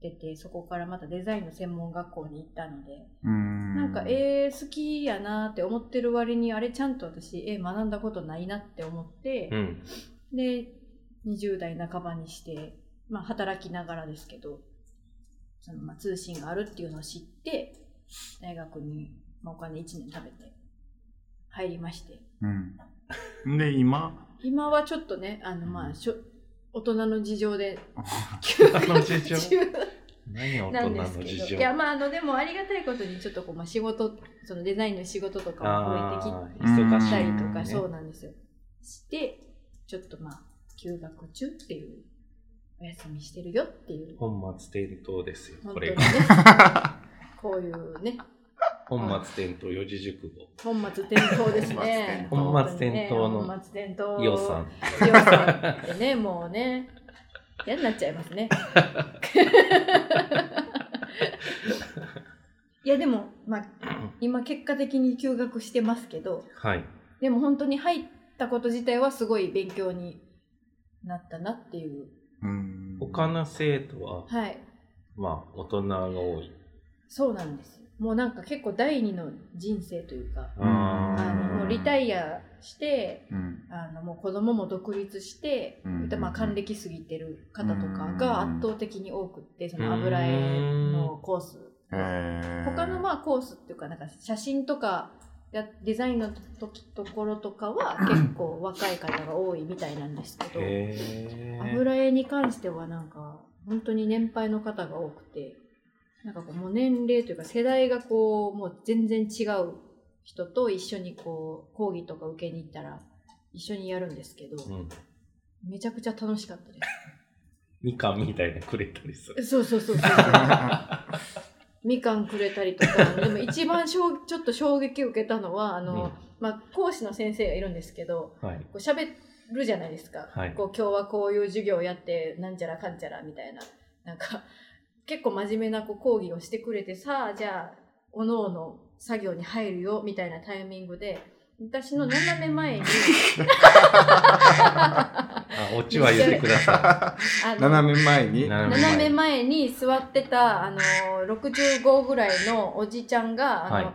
Speaker 3: 出て、そこからまたデザインの専門学校に行ったので、
Speaker 1: うん
Speaker 3: なんか絵好きやなって思ってる割に、あれちゃんと私絵学んだことないなって思って
Speaker 2: う、ん。
Speaker 3: で、20代半ばにして、まあ働きながらですけど、そのまあ通信があるっていうのを知って、大学に、まあ、お金1年食べて入りまして、
Speaker 1: うんで今 *laughs*
Speaker 3: 今はちょっとねあのまあしょ大人の事情で休
Speaker 2: 大人の事情何大人
Speaker 3: *laughs* なんで
Speaker 2: の
Speaker 3: す
Speaker 2: 事
Speaker 3: け
Speaker 2: 情。
Speaker 3: どいやまああのでもありがたいことにちょっとこう、まあ、仕事そのデザインの仕事とかも増えて
Speaker 2: あー
Speaker 1: うん
Speaker 2: 忙
Speaker 3: き
Speaker 2: しい
Speaker 3: たり
Speaker 2: ね。
Speaker 3: とかそうなんですよしてちょっとまあ休学中っていうお休みしてるよっていう
Speaker 2: 本末転倒ですよ、
Speaker 3: 本
Speaker 2: こ
Speaker 3: 当
Speaker 2: れ
Speaker 3: にね
Speaker 2: が。
Speaker 3: こういうね
Speaker 2: 本末転倒四字熟語。
Speaker 3: 本末転倒ですね
Speaker 2: 本末転倒
Speaker 3: 本当に
Speaker 2: の
Speaker 3: ね本末転倒
Speaker 2: 予算。
Speaker 3: 強さってね *laughs* もうね嫌になっちゃいますねいやでも、まあ、今結果的に休学してますけど
Speaker 2: はい。
Speaker 3: でも本当に入ったこと自体はすごい勉強になったなっていう
Speaker 1: うん
Speaker 2: 他の生徒は、
Speaker 3: はい
Speaker 2: まあ、大人が多い。
Speaker 3: そうなんですもうなんか結構第二の人生というか
Speaker 1: ん
Speaker 3: あのもうリタイアして
Speaker 1: うん
Speaker 3: あのもう子供も独立して、
Speaker 1: うん
Speaker 3: でまあ、還暦過ぎてる方とかが
Speaker 1: うん
Speaker 3: 圧倒的に多くってその油絵のコース
Speaker 1: へー
Speaker 3: 他のまあコースっていうかなんか写真とかやデザインの時ところとか
Speaker 1: *clears throat*
Speaker 3: は結構若い方が多いみたいなんですけ
Speaker 2: へ
Speaker 3: ど、
Speaker 2: え。
Speaker 3: 油絵に関してはなんか本当に年配の方が多くてなんかこうもう年齢というか世代がこうもう全然違う人と一緒にこう講義とか受けに行ったら一緒にやるんですけど
Speaker 2: うん。
Speaker 3: めちゃくちゃ楽しかったで
Speaker 2: みかんみたいなのくれたりする。
Speaker 3: す *laughs* そうそうそうそう *laughs* そうみかんくれたりとかでも一番しょうちょっと衝撃を受けたのはあの、まあ、講師の先生がいるんですけど
Speaker 2: うんはい。
Speaker 3: こう喋るじゃないですか、
Speaker 2: はい
Speaker 3: こう今日はこういう授業をやってなんちゃらかんちゃらみたいななんか結構真面目なこう講義をしてくれてさあじゃあおのおの作業に入るよみたいなタイミングで私の斜め前にあ
Speaker 2: あ、オチは言ってくださ
Speaker 1: *laughs* *laughs*
Speaker 3: の
Speaker 1: 斜め前に
Speaker 2: 斜
Speaker 3: 斜め前に座ってたあの65ぐらいのおじちゃんがあの、
Speaker 2: はい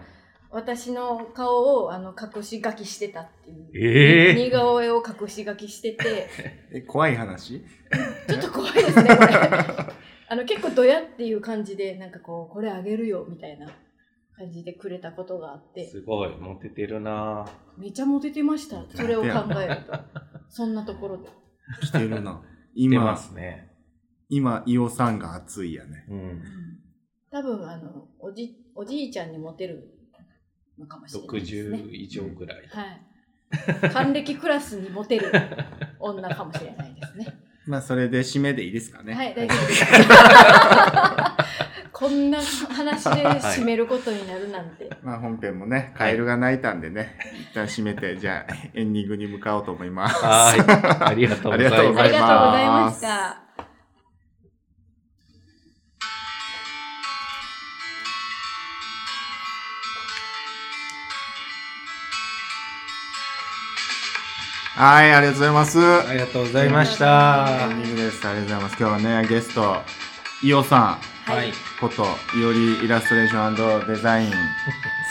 Speaker 3: 私の顔をあの隠し書きしてたっていう、
Speaker 2: ええ
Speaker 3: 似顔絵を隠し書きしてて
Speaker 1: え怖い話
Speaker 3: ちょっと怖いですね、これ。 *laughs* あの結構ドヤっていう感じで、なんかこう、これあげるよみたいな感じでくれたことがあっ
Speaker 2: い。
Speaker 3: て、
Speaker 2: すごい、モテてるなぁ
Speaker 3: めちゃモテてました、それを考える
Speaker 2: *laughs*
Speaker 3: と。そんなところで。
Speaker 1: 来てるな
Speaker 2: 出ま
Speaker 1: 今
Speaker 2: すね。
Speaker 1: 今伊尾さんが熱いやね
Speaker 2: うん。
Speaker 3: 多分あのおじ、おじいちゃんにモテるのかもしれないですね。
Speaker 2: 60以上ぐらい。
Speaker 3: はい。還暦クラスにモテる女かもしれないですね。
Speaker 1: まあそれで締めでいいですかね
Speaker 3: はい、大丈夫です。 *laughs* こんな話で締めることになるなんて。
Speaker 1: *laughs* まあ本編もね、カエルが鳴いたんでね、一旦閉めて、じゃあエンディングに向かおうと思います。
Speaker 2: はい。ありがとうござい
Speaker 1: ありがとう
Speaker 2: ま
Speaker 1: ござ
Speaker 2: す
Speaker 3: あ
Speaker 1: いま
Speaker 3: り
Speaker 1: す
Speaker 3: がとうございました。
Speaker 1: はい、ありがとうございます。
Speaker 2: あ
Speaker 1: エ
Speaker 2: りがとうございまし
Speaker 3: あ
Speaker 2: た。
Speaker 3: り
Speaker 1: ンディングです。ありがとうございます。今日はね、ゲスト、イオさ
Speaker 2: はい。
Speaker 1: んこと、いおりイラストレーションデザイン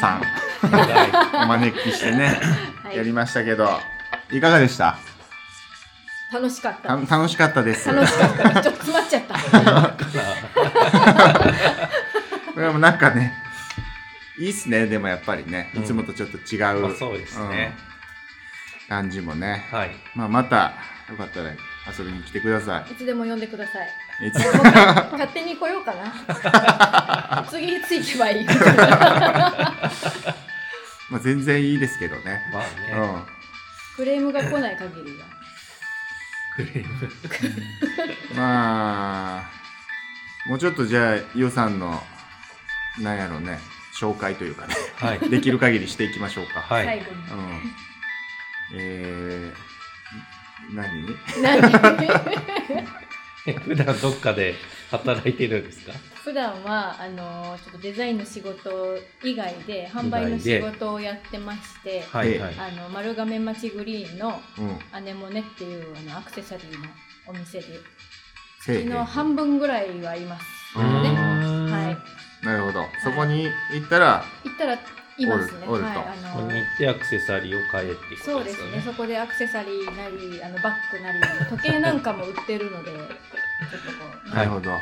Speaker 1: さ *laughs* ん、
Speaker 2: は
Speaker 1: お招きしてね、
Speaker 3: は
Speaker 1: やり
Speaker 3: い、
Speaker 1: ましたけど、いかがでした
Speaker 3: 楽しかった
Speaker 1: た。楽しかったです。
Speaker 3: 楽しかった。ちょっと詰まっちゃ *laughs* った。
Speaker 1: これもなんかね、いいっすね、でもやっぱりね、いつもとちょっと違う、
Speaker 2: まあそうですね
Speaker 1: うん感じもね。
Speaker 2: い。はい。
Speaker 1: まあまた、よかったら遊びに来てくださ
Speaker 2: *laughs*
Speaker 3: いつでも呼んでください。
Speaker 1: い。いつ
Speaker 3: もう勝手に来ようか *laughs* な。次ついてはいい。
Speaker 1: まあ全然いいですけどね。
Speaker 2: ま
Speaker 1: う
Speaker 2: あね。
Speaker 1: ん。
Speaker 3: クレームが来ない限りは。
Speaker 2: クレーム。
Speaker 1: まあ、もうちょっとじゃあ、予算の、なんやろうね、紹介というかね、 *laughs*
Speaker 2: はい。
Speaker 1: できる限りしていきましょうか。
Speaker 2: は
Speaker 3: 最
Speaker 2: い。 *laughs*
Speaker 3: 後
Speaker 1: うん。えー、何
Speaker 3: に。何 *laughs*
Speaker 2: え普段どっかで働いてるんですか
Speaker 3: 普段はあのちょっとデザインの仕事以外で販売の
Speaker 2: 以外
Speaker 3: 仕
Speaker 2: で
Speaker 3: 事をやってまして、
Speaker 2: はいはい。
Speaker 3: あの丸亀町グリーンの
Speaker 1: うん。
Speaker 3: アネモネっていうあのアクセサリーのお店で
Speaker 1: せ
Speaker 3: 月
Speaker 1: えへん
Speaker 3: の半分ぐらいはいますけど
Speaker 1: うん
Speaker 3: ね、
Speaker 2: うーん
Speaker 3: はい、
Speaker 1: なるほど。そこに行ったら、
Speaker 3: 行ったらいますね
Speaker 1: おるおると
Speaker 3: はい
Speaker 2: ここに行ってアクセサリーを買えっていうこ
Speaker 3: そ
Speaker 2: と
Speaker 3: うで
Speaker 2: ですすよ
Speaker 3: ね
Speaker 2: ね。
Speaker 3: そこでアクセサリーなりあのバッグなり時計なんかも売ってるのでちょっとこう、
Speaker 1: なるほど。
Speaker 3: はい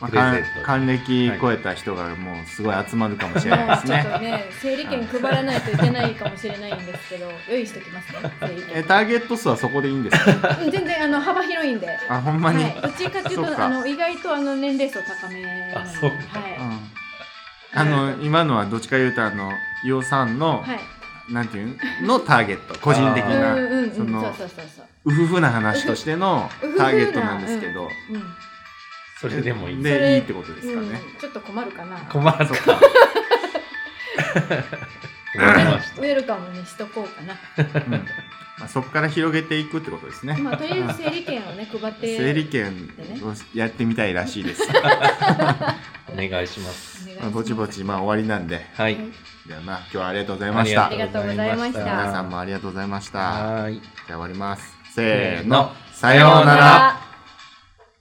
Speaker 1: まあ、
Speaker 2: プレゼ
Speaker 1: 還
Speaker 2: ント
Speaker 1: 還暦超えた人がもうすごい集まるかもしれない
Speaker 3: も
Speaker 1: で
Speaker 3: う
Speaker 1: す
Speaker 3: ちょっ
Speaker 1: ね。
Speaker 3: とね、整理券配らないといけないかもしれないんですけど、用意してきますね。整理
Speaker 1: え、
Speaker 3: 券
Speaker 1: ターゲット数はそこでいいんです
Speaker 3: *laughs*
Speaker 1: か
Speaker 3: うん全然あの幅広いんで。は
Speaker 1: あ、ほんまに。
Speaker 3: い、どっちかという
Speaker 1: そっ
Speaker 3: と、
Speaker 1: か
Speaker 3: あの意外とあの年齢層高めな
Speaker 2: あ
Speaker 3: の
Speaker 2: そ
Speaker 3: で。
Speaker 2: う
Speaker 1: う
Speaker 3: は
Speaker 1: ん。あの、今のはどっちか言うと、あの、伊予さんの、
Speaker 3: い。はい。
Speaker 1: なんていうんのターゲット。個人的
Speaker 2: あ
Speaker 3: うん
Speaker 2: ー
Speaker 1: な、
Speaker 3: うんうん、そ
Speaker 1: そうの
Speaker 3: そうそうそう。
Speaker 1: うふふな話として
Speaker 3: *laughs*
Speaker 1: の
Speaker 3: うふふな
Speaker 1: ターゲットなんですけど。
Speaker 3: うん、
Speaker 2: それでもいい。
Speaker 3: そ
Speaker 1: で、
Speaker 3: れ
Speaker 1: いいってことですかね。
Speaker 3: うん、ちょっと困るかな。
Speaker 2: 困る
Speaker 1: そっ
Speaker 2: か。
Speaker 1: か。
Speaker 2: 困りまし
Speaker 3: ウェルカムにしとこうかな。
Speaker 1: うんまあ、そこから広げていくってことですね。
Speaker 3: まあ、とりあえず整理券をね、配って。
Speaker 1: 整理券をやってみたいらしいです。
Speaker 2: た。お願いします。
Speaker 3: お願いし
Speaker 1: ま
Speaker 3: ま
Speaker 1: あ
Speaker 3: す
Speaker 1: ぼちぼ。ち、まあ終わりなんで。
Speaker 2: はい。
Speaker 1: じゃあな、今日はありがとうございました
Speaker 3: あり。がとうございました
Speaker 1: 皆さんもありがとうございました。
Speaker 2: はーい。
Speaker 1: じゃあ終わります。せーの、さ
Speaker 2: よ
Speaker 1: よ
Speaker 2: う
Speaker 1: う
Speaker 2: なら
Speaker 1: なら。。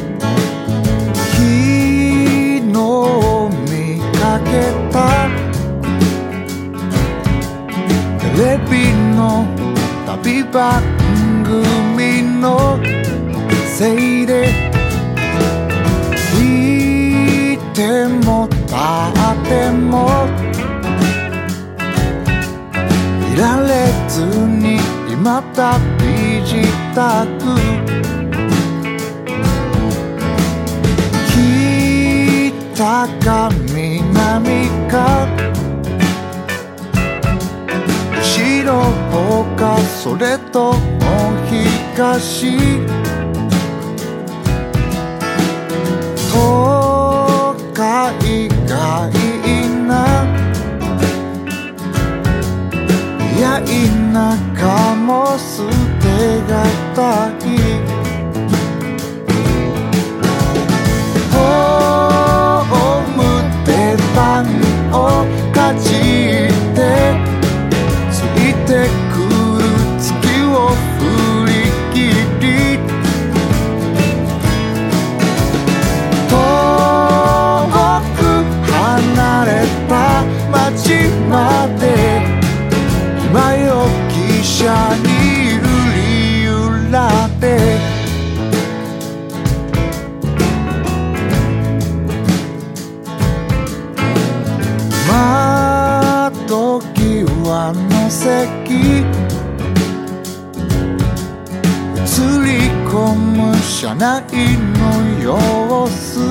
Speaker 4: 昨日見かけたテレビの旅番組のせいでいてもたってもいられずに今旅自宅北か南か後ろかそれとも東東海がいいないや田舎も捨てがたいホームでパンをかじってついてくる月を振り切り遠く離れた街まで今よ汽車に揺り揺らって窓際の席映り込む車内の様子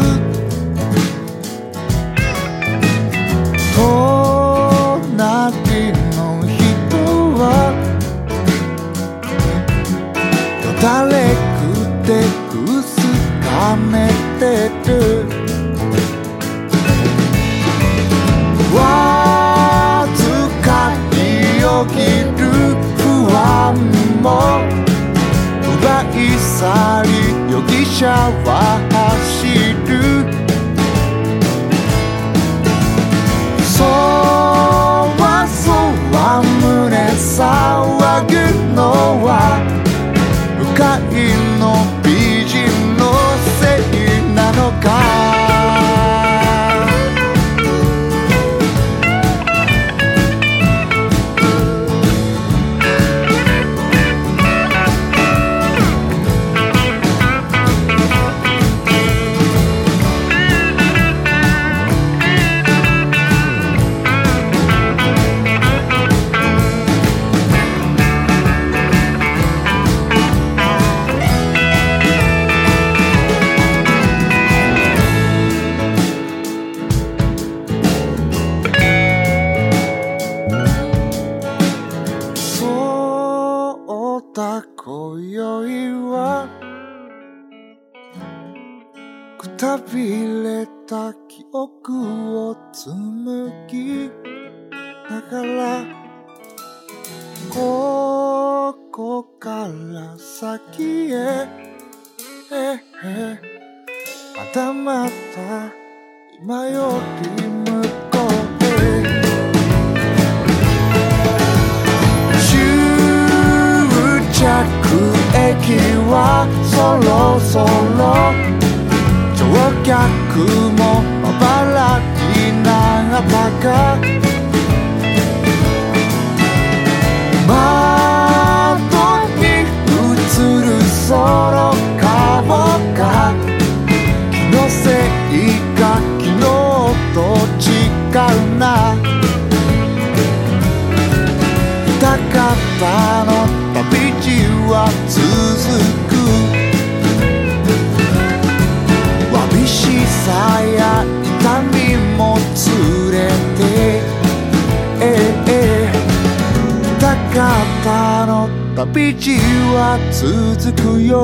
Speaker 4: 隣の人はよだれくてくすかめてるわずかによぎる不安も奪い去り容疑者は走るそわそわ胸騒ぐのは向かいの美人のせいなのかそうだ今宵はくたびれた記憶を紡ぎながらここから先へええまたまた今より向こうへ終着駅はそろそろ乗客もまばらになったか窓に映るその顔が気のせいか昨日と違うな高田の旅路は続くわびしさや痛みも連れて、ええ、高田の旅路は続くよ